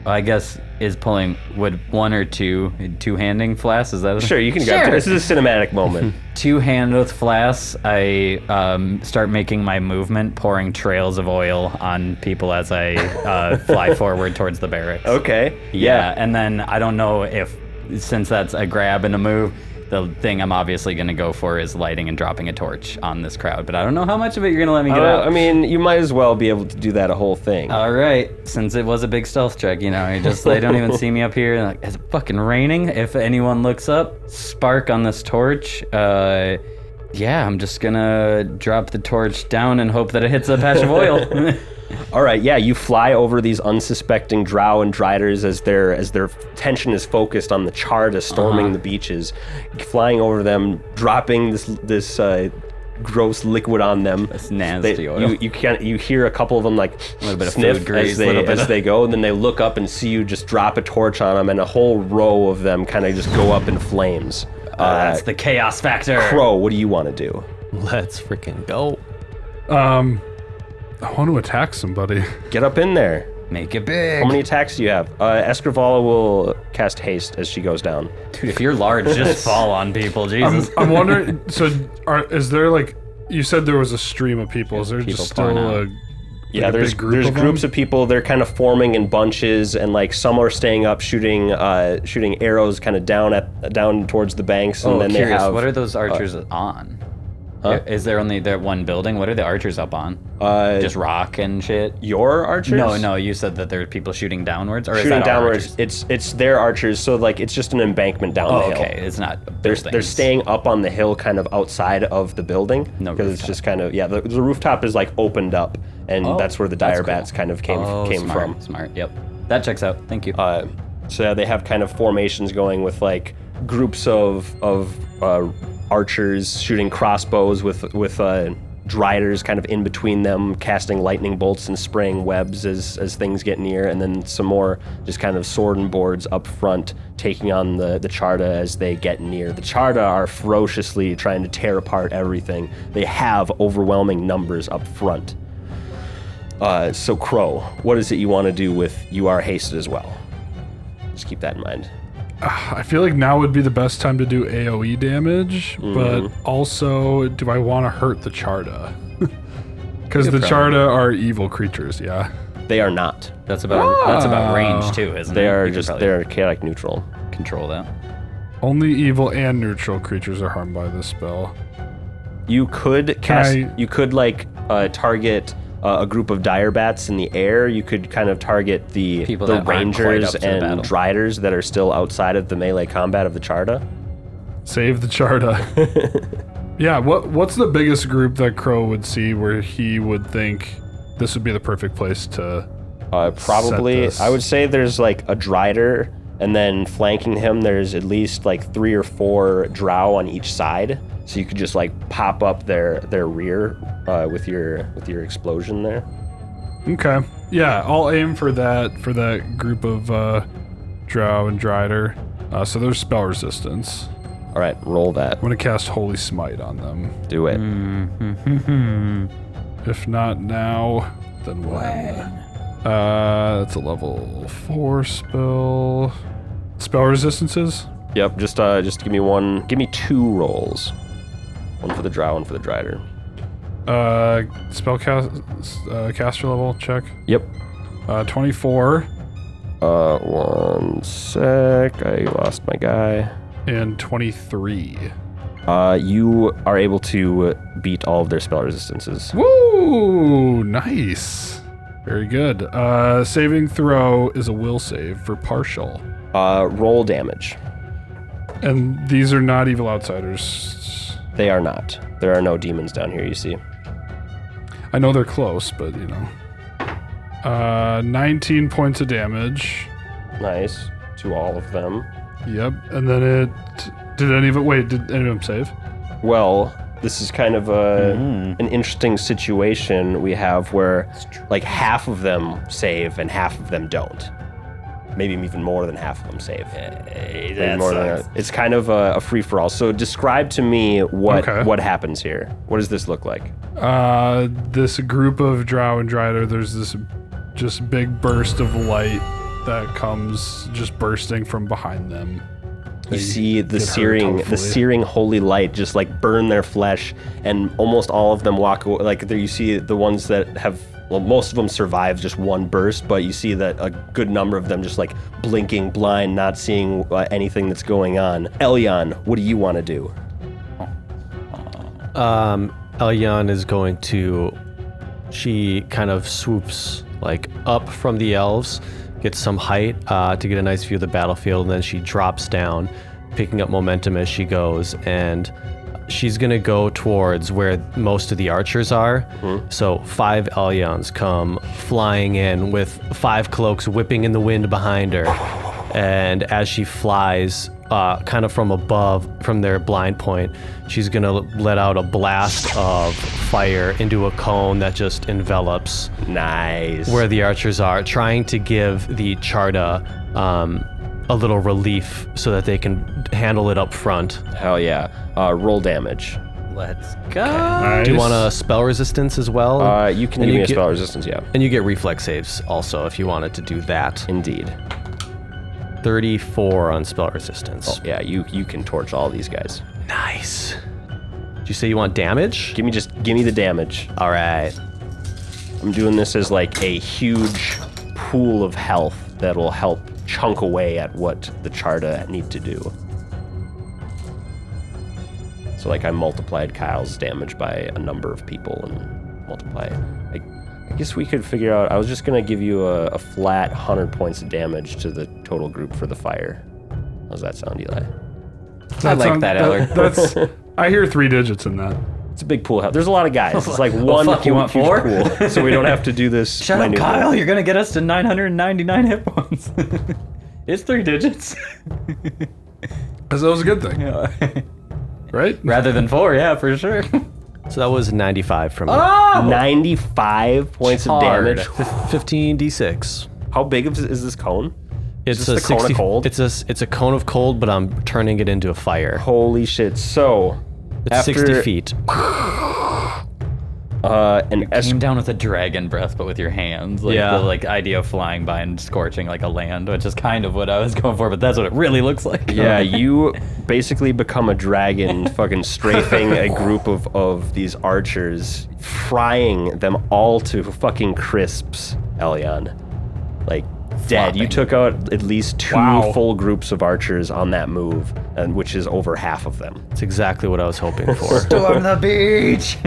S2: I guess is pulling would one or two two handing flasks is that a
S1: Sure, you can grab.
S2: Sure.
S1: This is a cinematic moment.
S2: two hand with flasks i um, start making my movement pouring trails of oil on people as i uh, fly forward towards the barracks
S1: okay. Uh,
S2: yeah. and then i don't know if since that's a grab and a move the thing i'm obviously going to go for is lighting and dropping a torch on this crowd but i don't know how much of it you're going to let me get
S1: Uh,
S2: out Uh,
S1: I mean, you might as well be able to do that a whole thing.
S2: all right, since it was a big stealth check, you know, I just they don't even see me up here. Like, it's fucking raining. If anyone looks up, spark on this torch. Uh, yeah, I'm just gonna drop the torch down and hope that it hits a patch of oil.
S1: All right, yeah, you fly over these unsuspecting drow and driders as their as their tension is focused on the Charda storming
S2: Uh-huh.
S1: the beaches, flying over them, dropping this this uh, gross liquid on them.
S2: That's nasty oil.
S1: You, you can't you hear a couple of them like
S2: little bit of
S1: sniff
S2: food grease,
S1: as
S2: little
S1: they
S2: bit
S1: as
S2: of-
S1: they go, and then they look up and see you just drop a torch on them, and a whole row of them kind of just go up in flames. Uh,
S2: Oh, Ah, That's the chaos factor.
S1: Crow, what do you want to do?
S4: let's freaking go.
S3: Um, I want to attack somebody.
S1: Get up in there.
S2: Make it big.
S1: How many attacks do you have? Uh, Escrivala will cast haste as she goes down.
S2: Dude, if you're large, just fall on
S1: Um,
S2: people. Jesus.
S3: I'm wondering. So, are, is there like you said there was a stream of people? Is there
S2: People
S3: just
S2: pouring
S3: still a
S2: out.
S1: Yeah,
S3: a big
S1: there's
S3: group
S1: there's
S3: of
S1: groups
S3: them?
S1: of people. They're kind of forming in bunches, and like some are staying up, shooting uh, shooting arrows, kind of down at down towards the banks, and
S2: Oh,
S1: then
S2: curious.
S1: they have uh,
S2: what are those archers on? Is there only that one building? What are the archers up on?
S1: uh,
S2: just rock and shit.
S1: your archers.
S2: No, no. You said that there are people shooting downwards, or is
S1: shooting
S2: that our archers?
S1: downwards. It's it's their archers, so like it's just an embankment down the
S2: Oh,
S1: hill.
S2: okay. It's not.
S1: They're,
S2: buildings.
S1: they're staying up on the hill, kind of outside of the building,
S2: No
S1: because it's just kind of yeah. The, the rooftop is like opened up, and that's where the dire
S2: Oh, that's cool.
S1: bats kind of came
S2: Oh,
S1: came
S2: smart,
S1: from.
S2: Smart. Yep. That checks out. Thank you.
S1: Uh, so yeah, they have kind of formations going with like groups of of uh, archers shooting crossbows with with uh, driders kind of in between them, casting lightning bolts and spraying webs as as things get near, and then some more just kind of sword and boards up front, taking on the the charda as they get near. The charda are ferociously trying to tear apart everything. They have overwhelming numbers up front. Uh, so Crow, what is it you want to do with you are hasted as well? Just keep that in mind.
S3: I feel like now would be the best time to do AOE damage, but also, do I want to hurt the Charda? Because the Charda are evil creatures. Yeah.
S1: They are not.
S2: That's about that's about range too, isn't it?
S1: Ah. They are
S2: You could
S1: just
S2: Mm, probably
S1: they're chaotic neutral.
S2: control that.
S3: Only evil and neutral creatures are harmed by this spell.
S1: You could cast.
S3: I-
S1: You could like uh, target uh, a group of dire bats in the air. You could kind of target the
S2: People
S1: the
S2: that aren't quite
S1: rangers
S2: up to the
S1: and
S2: battle.
S1: driders that are still outside of the melee combat of the charta.
S3: Save the Charda. yeah, what what's the biggest group that Crow would see where he would think this would be the perfect place to
S1: Uh, probably,
S3: this.
S1: I would say there's like a drider, and then flanking him, there's at least like three or four drow on each side. So you could just like pop up their their rear uh, with your with your explosion there.
S3: Okay. Yeah, I'll aim for that for that group of uh Drow and Drider. Uh, so there's spell resistance.
S1: All right, roll that.
S3: I'm gonna cast Holy Smite on them.
S1: Do it.
S3: If not now, then when? Uh, that's a level four spell. Spell resistances.
S1: Yep. Just uh, just give me one. Give me two rolls. One for the drow, one for the drider.
S3: Uh, spell cast uh, caster level check.
S1: Yep.
S3: Uh, 24
S1: Uh, one sec. I lost my guy.
S3: and 23.
S1: Uh, you are able to beat all of their spell resistances.
S3: Woo! Nice. Very good. Uh, saving throw is a will save for partial.
S1: Uh, roll damage.
S3: And these are not evil outsiders.
S1: They are not. There are no demons down here, you see.
S3: I know they're close, but you know. Uh, 19 points of damage.
S1: Nice. To all of them.
S3: Yep. And then it. Did any of it. Wait, did any of them save?
S1: Well, this is kind of a, an interesting situation we have where like half of them save and half of them don't. Maybe even more than half of them save. Maybe more than that. It's kind of a, a free for all. So describe to me what
S3: Okay.
S1: what happens here. What does this look like?
S3: Uh, this group of Drow and Drider, there's this just big burst of light that comes just bursting from behind them.
S1: You see the
S3: get hurt,
S1: searing, the
S3: hopefully.
S1: searing holy light just like burn their flesh, and almost all of them walk away. Like there, you see the ones that have, well, most of them survive just one burst, but you see that a good number of them just like blinking, blind, not seeing uh, anything that's going on. Elion, what do you want to do?
S4: Um, Elyon is going to. She kind of swoops like up from the elves, gets some height uh, to get a nice view of the battlefield, and then she drops down, picking up momentum as she goes. And she's gonna go towards where most of the archers are. So five Elyons come flying in with five cloaks whipping in the wind behind her and as she flies uh, kind of from above from their blind point she's gonna let out a blast of fire into a cone that just envelops
S1: Nice.
S4: where the archers are trying to give the charda um, a little relief so that they can handle it up front
S1: Hell yeah. Uh, roll damage.
S2: Let's go.
S4: do you want a spell resistance as well
S1: Uh, you can
S4: Oh. and
S1: give me a
S4: get-
S1: spell resistance. Yeah.
S4: and you get reflex saves also if you wanted to do that
S1: Indeed.
S4: 34 on spell resistance
S1: Yeah. You you can torch all these guys.
S4: nice did you say you want damage
S1: Give me just give me the damage.
S4: all right
S1: I'm doing this as like a huge pool of health that will help chunk away at what the charta need to do. So like I multiplied Kyle's damage by a number of people and multiply. I, I guess we could figure out. I was just gonna give you a, a flat hundred points of damage to the total group for the fire. How's that sound, Eli?
S2: I like that, Eller.
S3: That's. I hear three digits in that.
S1: It's a big pool. There's a lot of guys. It's like one
S2: fuck, you
S1: whole
S2: want
S1: huge
S2: four?
S1: pool, so we don't have to do this.
S2: Shut up,
S1: minute-
S2: Kyle. You're gonna get us to 999 hit points. it's three digits.
S3: So that was a good thing, right?
S2: Rather than four, yeah, for sure.
S4: So that was 95 from me.
S1: 95 points
S2: Hard.
S1: of damage.
S2: Oh!
S4: 15d6.
S1: How big of- is this cone?
S4: It's
S1: this the cone of cold?
S4: It's a it's a cone of cold, but I'm turning it into a fire.
S1: Holy shit. So,
S4: It's
S1: after
S4: 60 feet.
S1: Uh, an es-
S2: Came down with a dragon breath, but with your hands. Like,
S4: Yeah.
S2: The like idea of flying by and scorching like a land, which is kind of what I was going for, but that's what it really looks like.
S1: yeah, you basically become a dragon, fucking strafing a group of, of these archers, frying them all to fucking crisps Elion. Like dead. You
S2: Flopping.
S1: took out at least two
S3: Wow.
S1: full groups of archers on that move, and which is over half of them.
S4: It's exactly what I was hoping for.
S2: Storm the beach.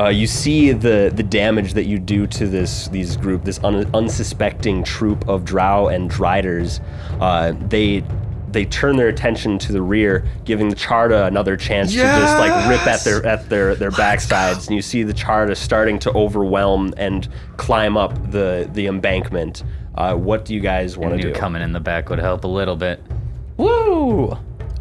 S1: Uh, you see the the damage that you do to this these group, this un, unsuspecting troop of Drow and Driders. Uh, they they turn their attention to the rear, giving the Charda another chance to just like rip at their at their their backsides. And you see the Charda starting to overwhelm and climb up the the embankment. Uh, what do you guys want to
S2: Knew
S1: do?
S2: coming in the back would help a little bit.
S4: Woo!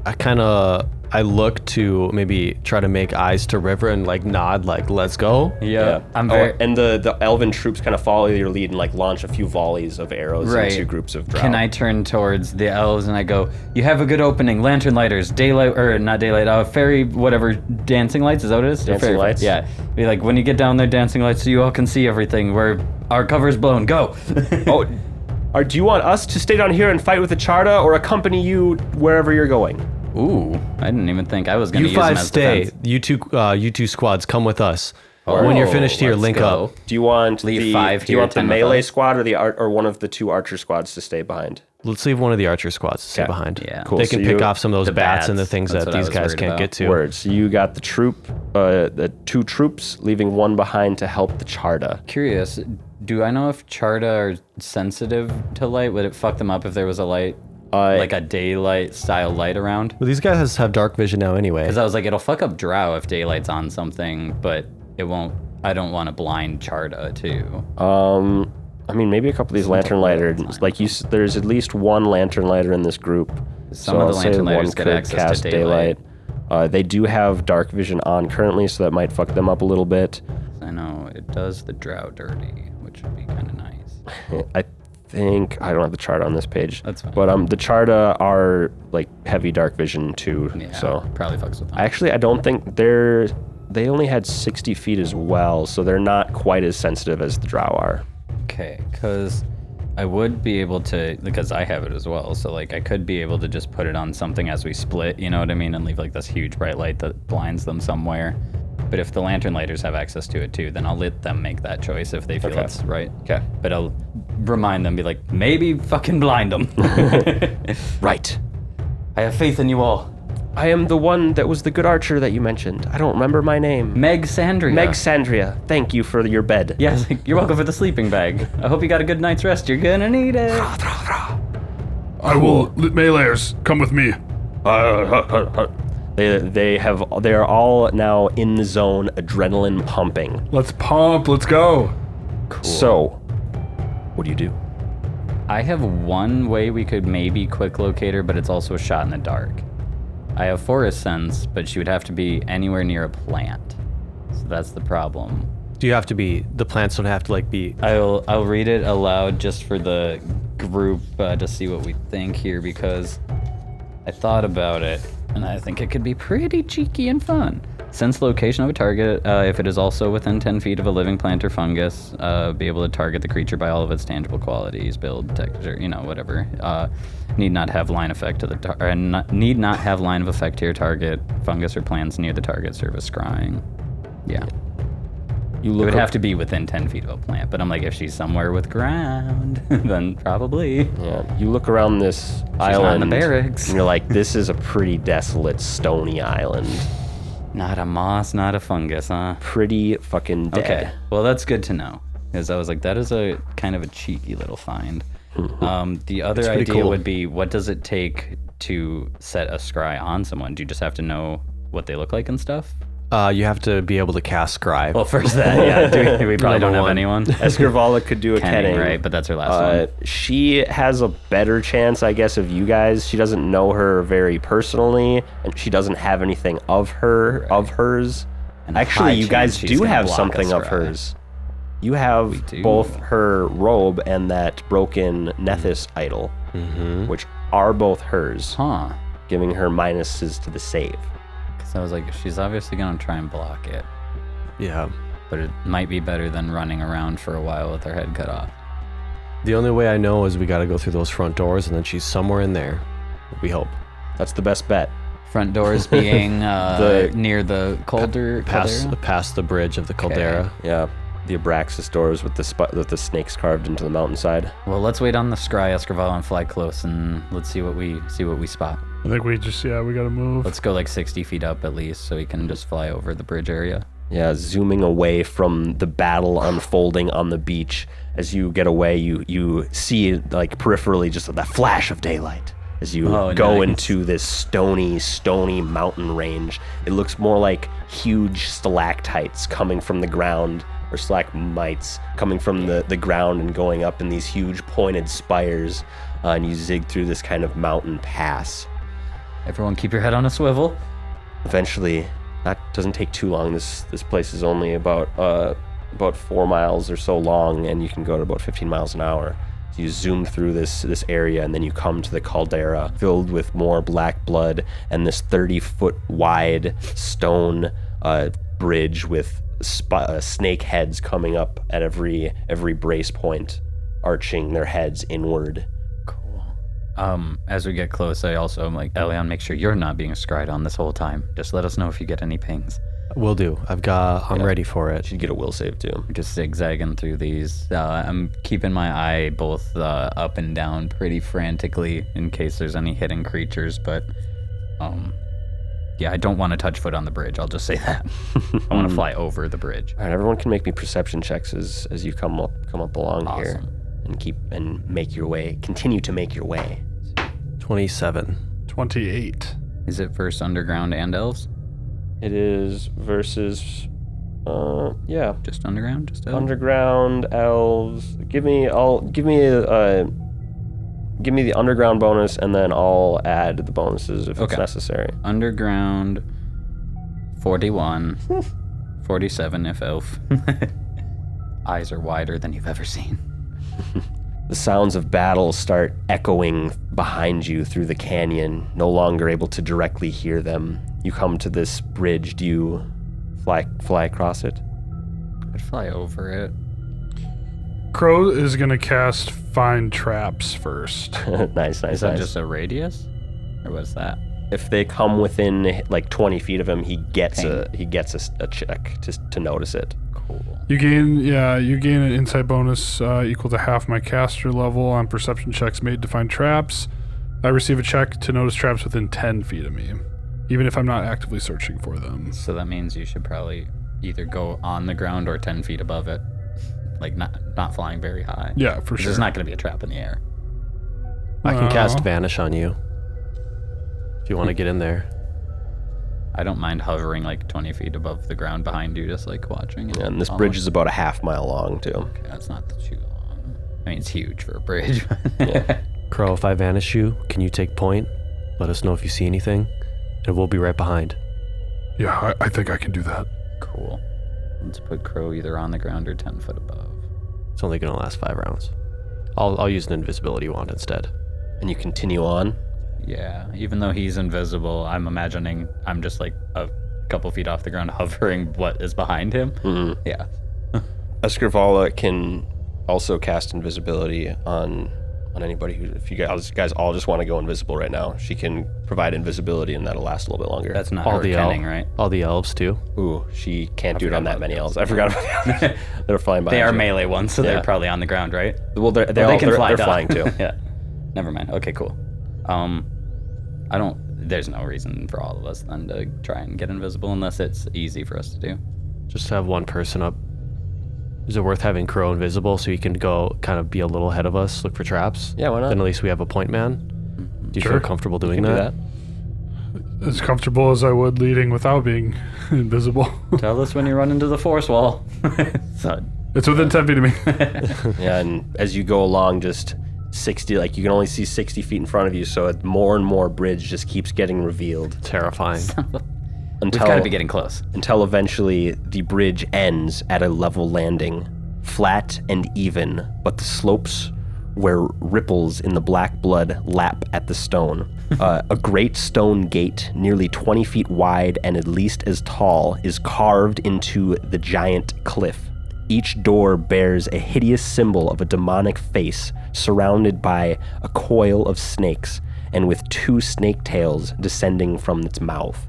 S4: I kind of I look to maybe try to make eyes to River and like nod like let's go.
S1: Yeah.
S2: I'm
S1: Oh,
S2: very.
S1: and the, the elven troops kind of follow your lead and like launch a few volleys of arrows
S2: Right.
S1: into groups of drow.
S2: Can I turn towards the elves and I go, You have a good opening. Lantern lighters, daylight, or not daylight, uh, fairy, whatever, dancing lights, is that what it is?
S1: Dancing
S2: Fairy-
S1: lights.
S2: Yeah. Be like, When you get down there, dancing lights, so you all can see everything. Where our cover's blown. Go.
S1: Oh, or do you want us to stay down here and fight with the Charda, or accompany you wherever you're going?
S2: Ooh, I didn't even think I was going
S4: You
S2: to use them
S4: five
S2: as
S4: stay.
S2: defense.
S4: You two uh, you two squads come with us. when you're
S2: Oh,
S4: finished here,
S2: let's
S4: link
S2: go.
S4: up.
S1: Do you want
S2: Leave
S1: the
S2: five
S1: do you
S2: here,
S1: want the
S2: ten with
S1: melee
S2: us.
S1: squad or the art or one of the two archer squads to stay behind?
S4: Let's leave one of the archer squads to stay
S1: Okay.
S4: behind.
S2: Yeah.
S1: Cool,
S4: They can
S1: so
S4: pick
S1: you-
S4: off some of those
S2: the
S4: bats, and the
S2: bats.
S4: things
S2: That's
S4: that
S2: what I
S4: these
S2: was
S4: guys
S2: worried
S4: can't
S2: about.
S4: get to.
S1: Word. So you got the troop, uh, the two troops, leaving one behind to help the Charda.
S2: Curious, do I know if Charda are sensitive to light? Would it fuck them up if there was a light,
S1: Uh,
S2: like a daylight style light around?
S4: Well, these guys have dark vision now anyway.
S2: Because I was like, it'll fuck up Drow if daylight's on something, but it won't. I don't want to blind Charda too.
S1: Um, I mean, maybe a couple of these lantern lighters. Like you, s- there's at least one lantern lighter in this group.
S2: Some of the
S1: say
S2: lantern
S1: one
S2: lighters get
S1: could
S2: access to daylight.
S1: Uh, they do have dark vision on currently, so that might fuck them up a little bit.
S2: I know it does the Drow dirty, which would be kind of nice.
S1: I think I don't have the chart on this page.
S2: That's fine.
S1: But um, the charta are like heavy dark vision too.
S2: Yeah,
S1: So
S2: probably fucks with them.
S1: actually, I don't think they're they only had 60 feet as well, so they're not quite as sensitive as the drow are.
S2: Okay, because I would be able to, because I have it as well. So, like, I could be able to just put it on something as we split, you know what I mean? And leave, like, this huge bright light that blinds them somewhere. But if the lantern lighters have access to it too, then I'll let them make that choice if they feel
S1: Okay.
S2: it's right.
S1: Okay.
S2: But I'll remind them, be like, maybe fucking blind them.
S1: Right.
S2: I have faith in you all.
S1: I am the one that was the good archer that you mentioned. I don't remember my name.
S2: Meg Sandria.
S1: Meg Sandria, thank you for your bed.
S2: Yes, you're welcome for the sleeping bag. I hope you got a good night's rest. You're gonna need it.
S3: I will. Meleeers, come with me.
S1: They, they have they are all now in the zone, adrenaline pumping.
S3: Let's pump. Let's go.
S1: So, what do you do?
S2: I have one way we could maybe quick locator, but it's also a shot in the dark. I have forest sense, but she would have to be anywhere near a plant. So that's the problem.
S4: Do you have to be? The plants don't have to like be.
S2: I'll I'll read it aloud just for the group uh, to see what we think here because I thought about it and I think it could be pretty cheeky and fun. Sense location of a target, uh, if it is also within 10 feet of a living plant or fungus, uh, be able to target the creature by all of its tangible qualities, build, texture, you know, whatever. Uh, need not have line effect to the tar- and not, need not have line of effect to your target fungus or plants near the target service scrying. Yeah.
S1: You
S2: It
S1: look
S2: would
S1: up-
S2: have to be within 10 feet of a plant, but I'm like, if she's somewhere with ground, then probably.
S1: Yeah, you look around this
S2: not in
S1: island,
S2: the barracks.
S1: and you're like, "This is a pretty desolate, stony island.
S2: Not a moss, not a fungus, huh?
S1: Pretty fucking dead."
S2: Okay. Well, that's good to know. Because I was like, that is a kind of a cheeky little find. Um, the other
S4: pretty
S2: idea
S4: cool.
S2: would be what does it take to set a scry on someone? Do you just have to know what they look like and stuff?
S4: Uh, you have to be able to cast scribe.
S2: Well, first that, yeah. Do we, we probably don't have anyone.
S1: Escarvala could do a
S2: Kenning,
S1: kenning,
S2: right? But that's her last
S1: uh,
S2: one.
S1: she has a better chance, I guess, of you guys. She doesn't know her very personally, and she doesn't have anything of her of hers.
S2: And a high
S1: Actually, you
S2: chance
S1: guys
S2: she's
S1: do
S2: gonna
S1: have
S2: block
S1: something
S2: us,
S1: of
S2: right?
S1: hers. You have
S2: do.
S1: both her robe and that broken Nethys idol,
S2: Mm-hmm.
S1: which are both hers,
S2: Huh.
S1: giving her minuses to the save.
S2: Because I was like, she's obviously going to try and block it.
S4: yeah.
S2: but it might be better than running around for a while with her head cut off.
S4: The only way I know is we got to go through those front doors, and then she's somewhere in there. We hope.
S1: That's the best bet.
S2: Front doors being uh,
S1: The-
S2: near the colder
S4: Past
S2: caldera?
S4: past the bridge of the caldera.
S1: Yeah. the Abraxas doors with the sp- with the snakes carved into the mountainside.
S2: Well, let's wait on the Scry Escarval and fly close, and let's see what we see what we spot.
S3: I think we just yeah we gotta move.
S2: Let's go like 60 feet up at least, so we can just fly over the bridge area.
S1: Yeah, zooming away from the battle unfolding on the beach. As you get away, you you see like peripherally just that flash of daylight as you
S2: Oh,
S1: go
S2: nice.
S1: into this stony, stony mountain range. It looks more like huge stalactites coming from the ground or stalagmites coming from the, the ground and going up in these huge pointed spires. Uh, and you zig through this kind of mountain pass
S2: Everyone, keep your head on a swivel.
S1: eventually that doesn't take too long this this place is only about uh about four miles or so long and you can go to about 15 miles an hour so you zoom through this this area and then you come to the caldera filled with more black blood and this 30 foot wide stone uh, bridge with sp- uh, snake heads coming up at every every brace point arching their heads inward
S2: Cool. Um, as we get close, I also am like, Elion, make sure you're not being scryed on this whole time. Just let us know if you get any pings.
S4: Will do. I've got. I'm ready for it.
S1: should get a will save too
S2: We're just zigzagging through these. Uh, I'm keeping my eye both uh, up and down pretty frantically in case there's any hidden creatures, but um, yeah, I don't want to touch foot on the bridge. I'll just say that. I want to fly over the bridge.
S1: All right, everyone can make me perception checks as, as you come up come up along here,
S2: Awesome.
S1: and keep and make your way. Continue to make your way.
S4: 27.
S3: Twenty eight.
S2: Is it first underground and elves?
S1: It is versus, uh, yeah,
S2: Just underground? Just elves?
S1: underground elves. Give me I'll give me uh, give me the underground bonus, and then I'll add the bonuses if
S2: Okay.
S1: it's necessary.
S2: underground 41 47 if elf eyes are wider than you've ever seen
S1: The sounds of battle start echoing behind you through the canyon, no longer able to directly hear them. You come to this bridge. Do you fly fly across it?
S2: i'd fly over it
S3: Crow is gonna cast find traps first.
S1: nice, nice,
S2: is that
S1: nice.
S2: just a radius or what's that
S1: if they come within like 20 feet of him, he gets a he gets a s- a, check to, to notice it.
S2: cool
S3: You gain yeah you gain an insight bonus uh, equal to half my caster level on perception checks made to find traps. I receive a check to notice traps within ten feet of me, even if I'm not actively searching for them.
S2: so that means you should probably either go on the ground or 10 feet above it like not not flying very high
S3: Yeah, for
S2: 'Cause
S3: sure.
S2: it's not going to be a trap in the air
S4: I can cast
S3: Aw.
S4: Vanish on you. If you want to get in there.
S2: i don't mind hovering like 20 feet above the ground behind you just like watching it.
S1: And this
S2: Almost-
S1: bridge is about a half mile long too.
S2: Yeah, it's not too long i mean it's huge for a bridge
S4: Crow, if I vanish you, can you take point? Let us know if you see anything, and we'll be right behind.
S3: Yeah, I, I think I can do that.
S2: Cool. Let's put Crow either on the ground or 10 foot above.
S4: It's only going to last five rounds. I'll, I'll use an invisibility wand instead.
S1: And you continue on.
S2: Yeah, even though he's invisible, I'm imagining I'm just like a couple feet off the ground hovering what is behind him.
S1: Mm-hmm.
S2: Yeah.
S1: Escrivala can also cast invisibility on on anybody who if you guys guys all just want to go invisible right now, she can provide invisibility and that'll last a little bit longer.
S2: That's not
S4: All
S2: her
S4: the el-
S2: kenning, right?
S4: All the elves too.
S1: Ooh, she can't do it
S2: forgot
S1: on that
S2: about
S1: many elves. I forgot about the others. They're flying by.
S2: They are melee ones, so
S1: Yeah.
S2: they're probably on the ground, right?
S1: Well, they're, they're,
S2: Well,
S1: all,
S2: they can
S1: they're,
S2: fly
S1: they're
S2: duh.
S1: flying too.
S2: yeah. Never mind. Okay, cool. Um I don't there's no reason for all of us then to try and get invisible unless it's easy for us to do.
S4: Just have one person up. Is it worth having Crow invisible so he can go kind of be a little ahead of us, look for traps?
S1: Yeah, why not?
S4: Then at least we have a point man. Do you
S3: Sure.
S4: feel comfortable doing
S1: Can do
S4: that?
S1: that.
S3: As comfortable as I would leading without being invisible.
S2: Tell us when you run into the force wall. so,
S3: it's within ten feet of me.
S1: Yeah, and as you go along, just 60, like you can only see 60 feet in front of you, so it- more and more bridge just keeps getting revealed
S4: Terrifying.
S2: we've
S1: until,
S2: got to be getting close.
S1: until eventually the bridge ends at a level landing, flat and even, but the slopes where ripples in the black blood lap at the stone. uh, a great stone gate, nearly 20 feet wide and at least as tall, is carved into the giant cliff. Each door bears a hideous symbol of a demonic face surrounded by a coil of snakes and with two snake tails descending from its mouth.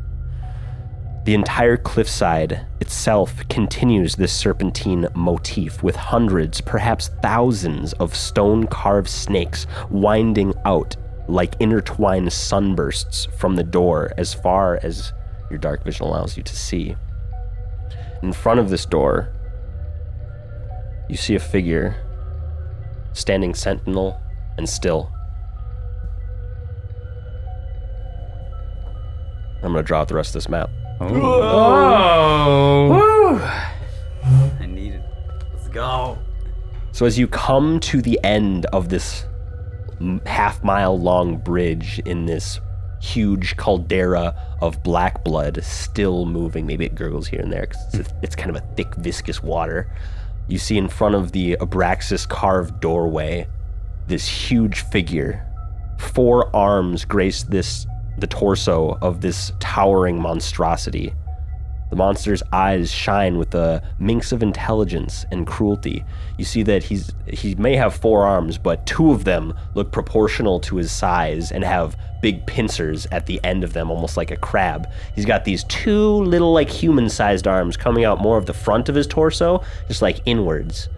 S1: The entire cliffside itself continues this serpentine motif with hundreds, perhaps thousands of stone carved snakes winding out like intertwined sunbursts from the door as far as your dark vision allows you to see. In front of this door, you see a figure standing sentinel and still. I'm gonna draw out the rest of this map.
S2: I need it. Let's go.
S1: So as you come to the end of this m- half mile long bridge in this huge caldera of black blood still moving maybe it gurgles here and there 'cause it's, a- it's kind of a thick viscous water you see in front of the abraxas carved doorway this huge figure four arms grace this the torso of this towering monstrosity the monster's eyes shine with a minx of intelligence and cruelty. You see that he's he may have four arms, but two of them look proportional to his size and have big pincers at the end of them, almost like a crab. He's got these two little like human-sized arms coming out more of the front of his torso, just like inwards.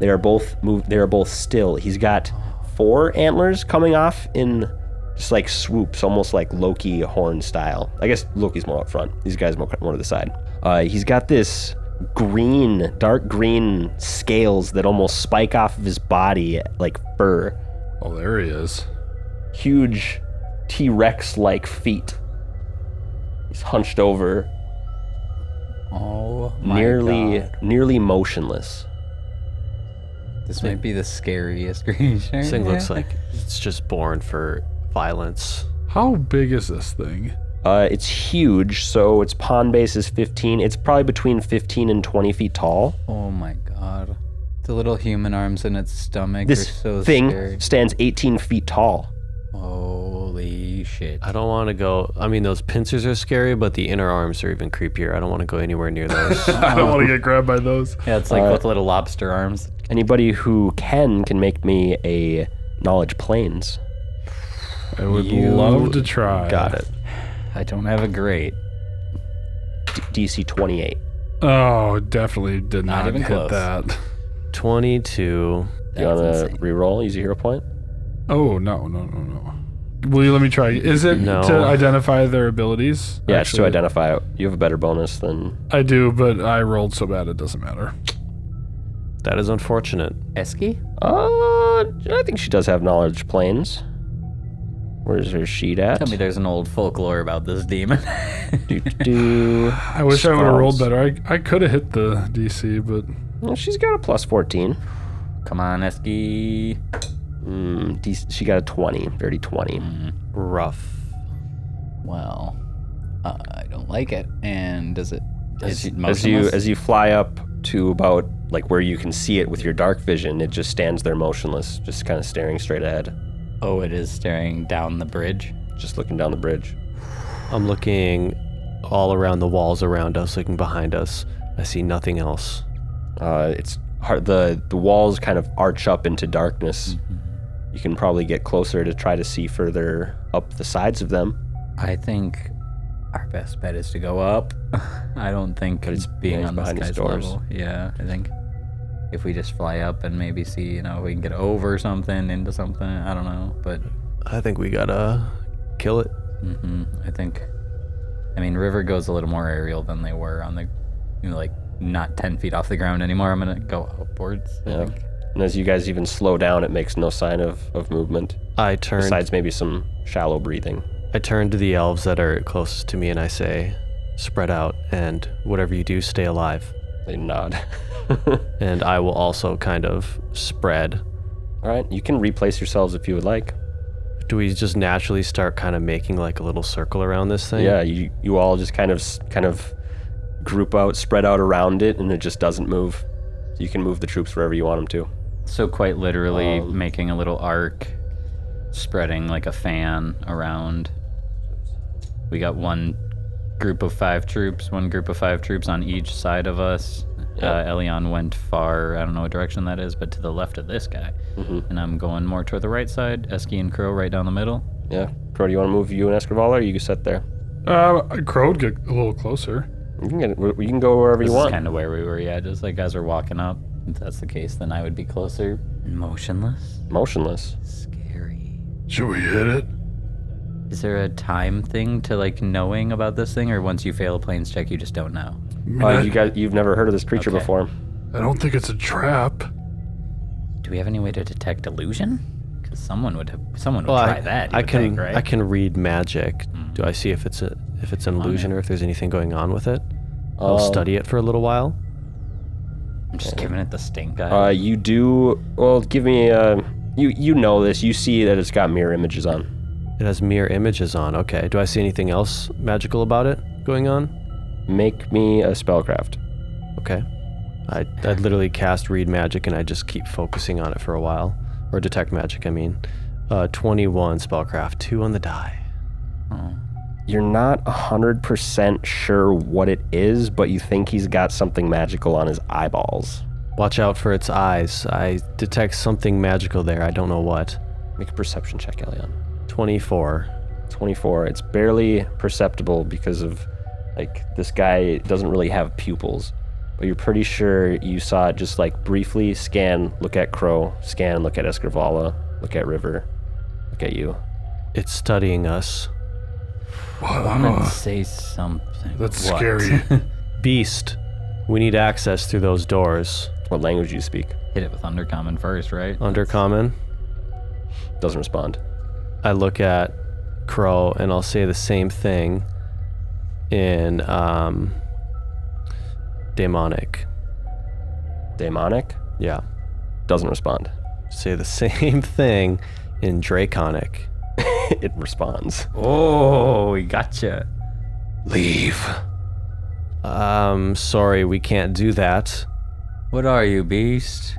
S1: They are both move they are both still. He's got four antlers coming off in just like swoops, almost like Loki horn style. I guess Loki's more up front. These guys more more to the side. Uh, he's got this green, dark green scales that almost spike off of his body like fur.
S3: Oh, there he is.
S1: Huge T Rex like feet. He's hunched over,
S2: Oh my
S1: nearly
S2: God.
S1: nearly motionless.
S2: This might be the scariest creature.
S4: This thing looks like it's just born for violence.
S3: How big is this thing?
S1: Uh, it's huge, so its pond base is 15. It's probably between 15 and 20 feet tall.
S2: Oh my god. The little human arms in its stomach
S1: This
S2: are so
S1: thing
S2: scary.
S1: stands 18 feet tall.
S2: Holy shit.
S4: I don't want to go. I mean, those pincers are scary, but the inner arms are even creepier. I don't want to go anywhere near those.
S3: I don't want to get grabbed by those.
S2: Yeah, it's like with little lobster arms.
S1: Anybody who can can make me a knowledge planes.
S3: I would
S2: You
S3: love to try.
S4: Got it.
S2: I don't have a great.
S1: Uh, D- DC 28.
S3: Oh, definitely did not,
S2: even
S3: hit
S2: close.
S3: that.
S4: 22.
S1: you
S2: That's
S1: wanna
S2: insane.
S1: reroll? Use a hero point.
S3: Oh no, no, no, no. Will you let me try? Is it
S4: No.
S3: to identify their abilities?
S1: Yeah, it's to
S3: Actually,
S1: identify. You have a better bonus than
S3: I do, but I rolled so bad it doesn't matter.
S4: That is unfortunate.
S2: Esky?
S1: Uh, I think she does have knowledge planes. Where's her sheet at?
S2: Tell me there's an old folklore about this demon.
S1: Do, do.
S3: I wish I would have rolled
S1: Scrolls.
S3: better. I, I could have hit the DC, but
S1: Well, she's got a plus 14.
S2: Come on, Esky.
S1: Mm, D- she got a 20, dirty 20.
S2: Hmm,
S4: Rough.
S2: Well, uh, I don't like it. And does it?
S1: as,
S2: Is it
S1: you- as you
S2: motionless?
S1: as you fly up to about like where you can see it with your dark vision, it just stands there motionless, just kind of staring straight ahead,
S2: oh, it is staring down the bridge.
S1: just looking down the bridge.
S4: I'm looking all around the walls around us, looking behind us. I see nothing else.
S1: Uh, it's hard, the the walls kind of arch up into darkness. You can probably get closer to try to see further up the sides of them.
S2: I think our best bet is to go up. I don't think
S1: But
S2: it's
S1: it's-
S2: being
S1: yeah, it's
S2: on this
S1: behind these
S2: guy's
S1: doors.
S2: level. Yeah, I think if we just fly up and maybe see, you know, if we can get over something into something. I don't know, but
S4: I think we gotta kill it.
S2: hmm I think. I mean, river goes a little more aerial than they were on the, you know, like not ten feet off the ground anymore. I'm gonna go upwards. I
S1: Yeah.
S2: think.
S1: And as you guys even slow down, it makes no sign of, of movement,
S4: I turn.
S1: besides maybe some shallow breathing.
S4: I turn to the elves that are closest to me and I say, "Spread out, and whatever you do, stay alive."
S1: They nod.
S4: And I will also kind of spread.
S1: All right, you can replace yourselves if you would like.
S4: Do we just naturally start kind of making like a little circle around this thing?
S1: Yeah, you you all just kind of s- kind of group out, spread out around it, and it just doesn't move. You can move the troops wherever you want them to.
S2: So quite literally
S1: Um,
S2: making a little arc, spreading like a fan around. We got one group of five troops, one group of five troops on each side of us. Uh, Elion went far, I don't know what direction that is, but to the left of this guy.
S1: Mm-hmm.
S2: And I'm going more toward the right side, Eski and Crow right down the middle.
S1: Yeah, Crow, do you want to move you and Escrival, or are you set there?
S3: Uh, Crow would get a little closer.
S1: You can get, you can go wherever
S2: This
S1: you
S2: is
S1: want.
S2: kind of where we were. Yeah, just like as we're walking up. If that's the case, then I would be closer. Motionless.
S1: Motionless.
S2: Scary.
S3: Should we hit it?
S2: Is there a time thing to like knowing about this thing, or once you fail a planes check, you just don't know?
S3: I, mean,
S1: Uh,
S3: I,
S1: you guys, you've never heard of this creature
S2: Okay.
S1: before.
S3: I don't think it's a trap.
S2: Do we have any way to detect illusion? Because someone would have, someone would
S4: Well,
S2: try
S4: I,
S2: that. you
S4: I
S2: would
S4: can
S2: think, right? Hmm.
S4: I can read magic. Do I see if it's a if it's an illusion or if there's anything going on with it? I'll
S1: Um,
S4: study it for a little while.
S2: I'm just giving it the stink eye.
S1: Uh, you do well. Give me. Uh, you you know this. You see that it's got mirror images on.
S4: It has mirror images on. Okay. Do I see anything else magical about it going on?
S1: Make me a spellcraft.
S4: Okay. I I literally cast read magic and I just keep focusing on it for a while, or detect magic. I mean, uh, twenty one spellcraft, two on the die.
S1: You're not hundred percent sure what it is, but you think he's got something magical on his eyeballs.
S4: Watch out for its eyes. I detect something magical there. I don't know what.
S1: Make a perception check, Elion.
S4: 24.
S1: 24. It's barely perceptible because of, like, this guy doesn't really have pupils. But you're pretty sure you saw it just, like, briefly scan, look at Crow, scan, look at Escrivala, look at River, look at you.
S4: It's studying us.
S2: Woman, say something.
S3: That's
S2: What?
S3: scary.
S4: Beast, we need access through those doors.
S1: What language do you speak?
S2: Hit it with undercommon first, right?
S4: Undercommon,
S1: Doesn't respond.
S4: I look at Crow and I'll say the same thing in um, demonic.
S1: Demonic?
S4: Yeah.
S1: Doesn't respond.
S4: Say the same thing in draconic.
S1: it responds.
S2: Oh, we gotcha.
S1: Leave.
S4: Um, sorry, we can't do that.
S2: What are you, beast?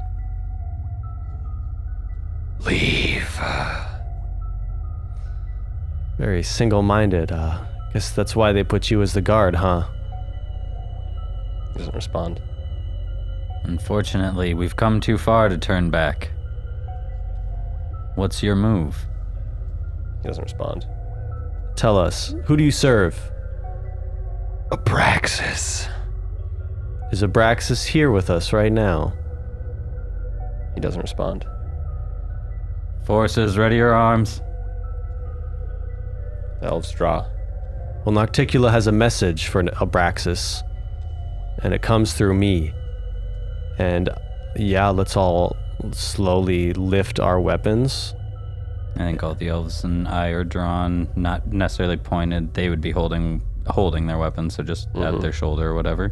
S1: Leave.
S4: Very single minded. Uh, guess that's why they put you as the guard, huh?
S1: Doesn't respond.
S2: Unfortunately, we've come too far to turn back. What's your move?
S1: He doesn't respond.
S4: Tell us, who do you serve?
S1: Abraxas.
S4: Is Abraxas here with us right now?
S1: He doesn't respond.
S2: Forces, ready your arms.
S1: The elves draw.
S4: Well, Nocticula has a message for Abraxas, and it comes through me. And yeah, let's all slowly lift our weapons.
S2: I think all the elves and I are drawn, not necessarily pointed. They would be holding holding their weapons, so just at their shoulder or whatever.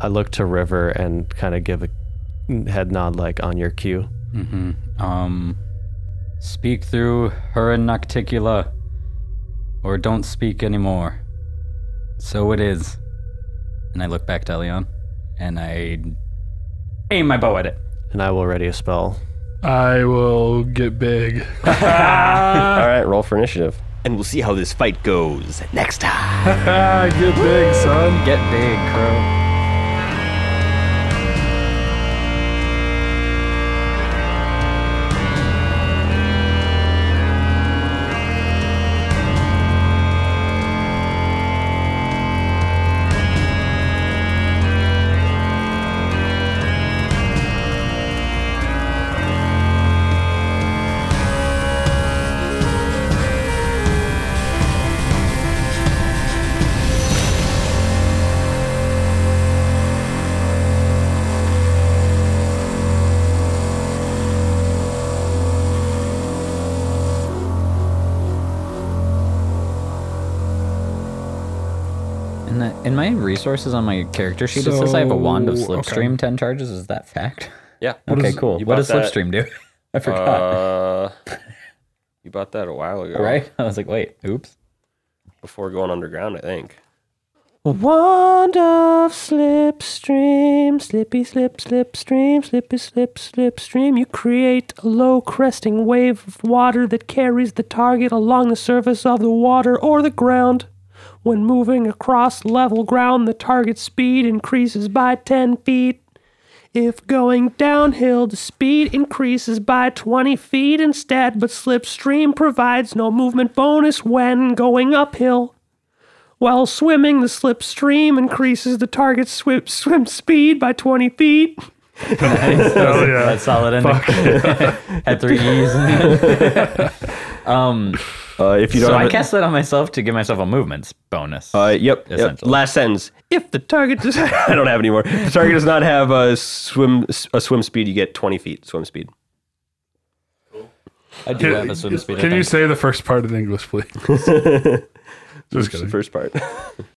S4: I look to River and kind of give a head nod, like on your cue.
S2: Um, speak through her and Nocticula, or don't speak anymore. So it is. And I look back to Elion, and I aim my bow at it.
S4: And I will ready a spell.
S3: I will get big.
S1: All right, roll for initiative. And we'll see how this fight goes next time.
S3: Ah, get big, son.
S2: Get big, crow. In, the, in my resources on my character sheet, it says I have a wand of
S3: So, okay.
S2: slipstream. Ten charges. Is that fact?
S1: Yeah.
S2: okay,
S3: is-
S2: cool.
S1: you
S2: What
S1: bought
S2: does
S1: that-
S2: slipstream do? I forgot.
S1: Uh, you bought that a while ago,
S2: right? I was like, wait, oops.
S1: Before going underground, I think. Wand of slipstream, slippy slip slipstream, slippy slip slipstream. You create a low cresting wave of water that carries the target along the surface of the water or the ground.
S5: When moving across level ground, the target speed increases by 10 feet. If going downhill, the speed increases by 20 feet instead, but slipstream provides no movement bonus when going uphill. While swimming, the slipstream increases the target's swim, swim speed by 20 feet.
S3: Hell Oh, yeah.
S2: That's solid ending. Had three E's. um,
S1: Uh, if you don't
S2: so
S1: have
S2: I
S1: it-
S2: cast that on myself to give myself a movements bonus.
S1: Uh, yep, yep.
S2: Essentially.
S1: Last sentence.
S5: If the target does
S1: I don't have any more. The target does not have a swim a swim speed. You get twenty feet swim speed.
S2: I do have a swim speed. I
S3: Can you
S2: think.
S3: say the first part in English, please? Just kidding.
S1: First part.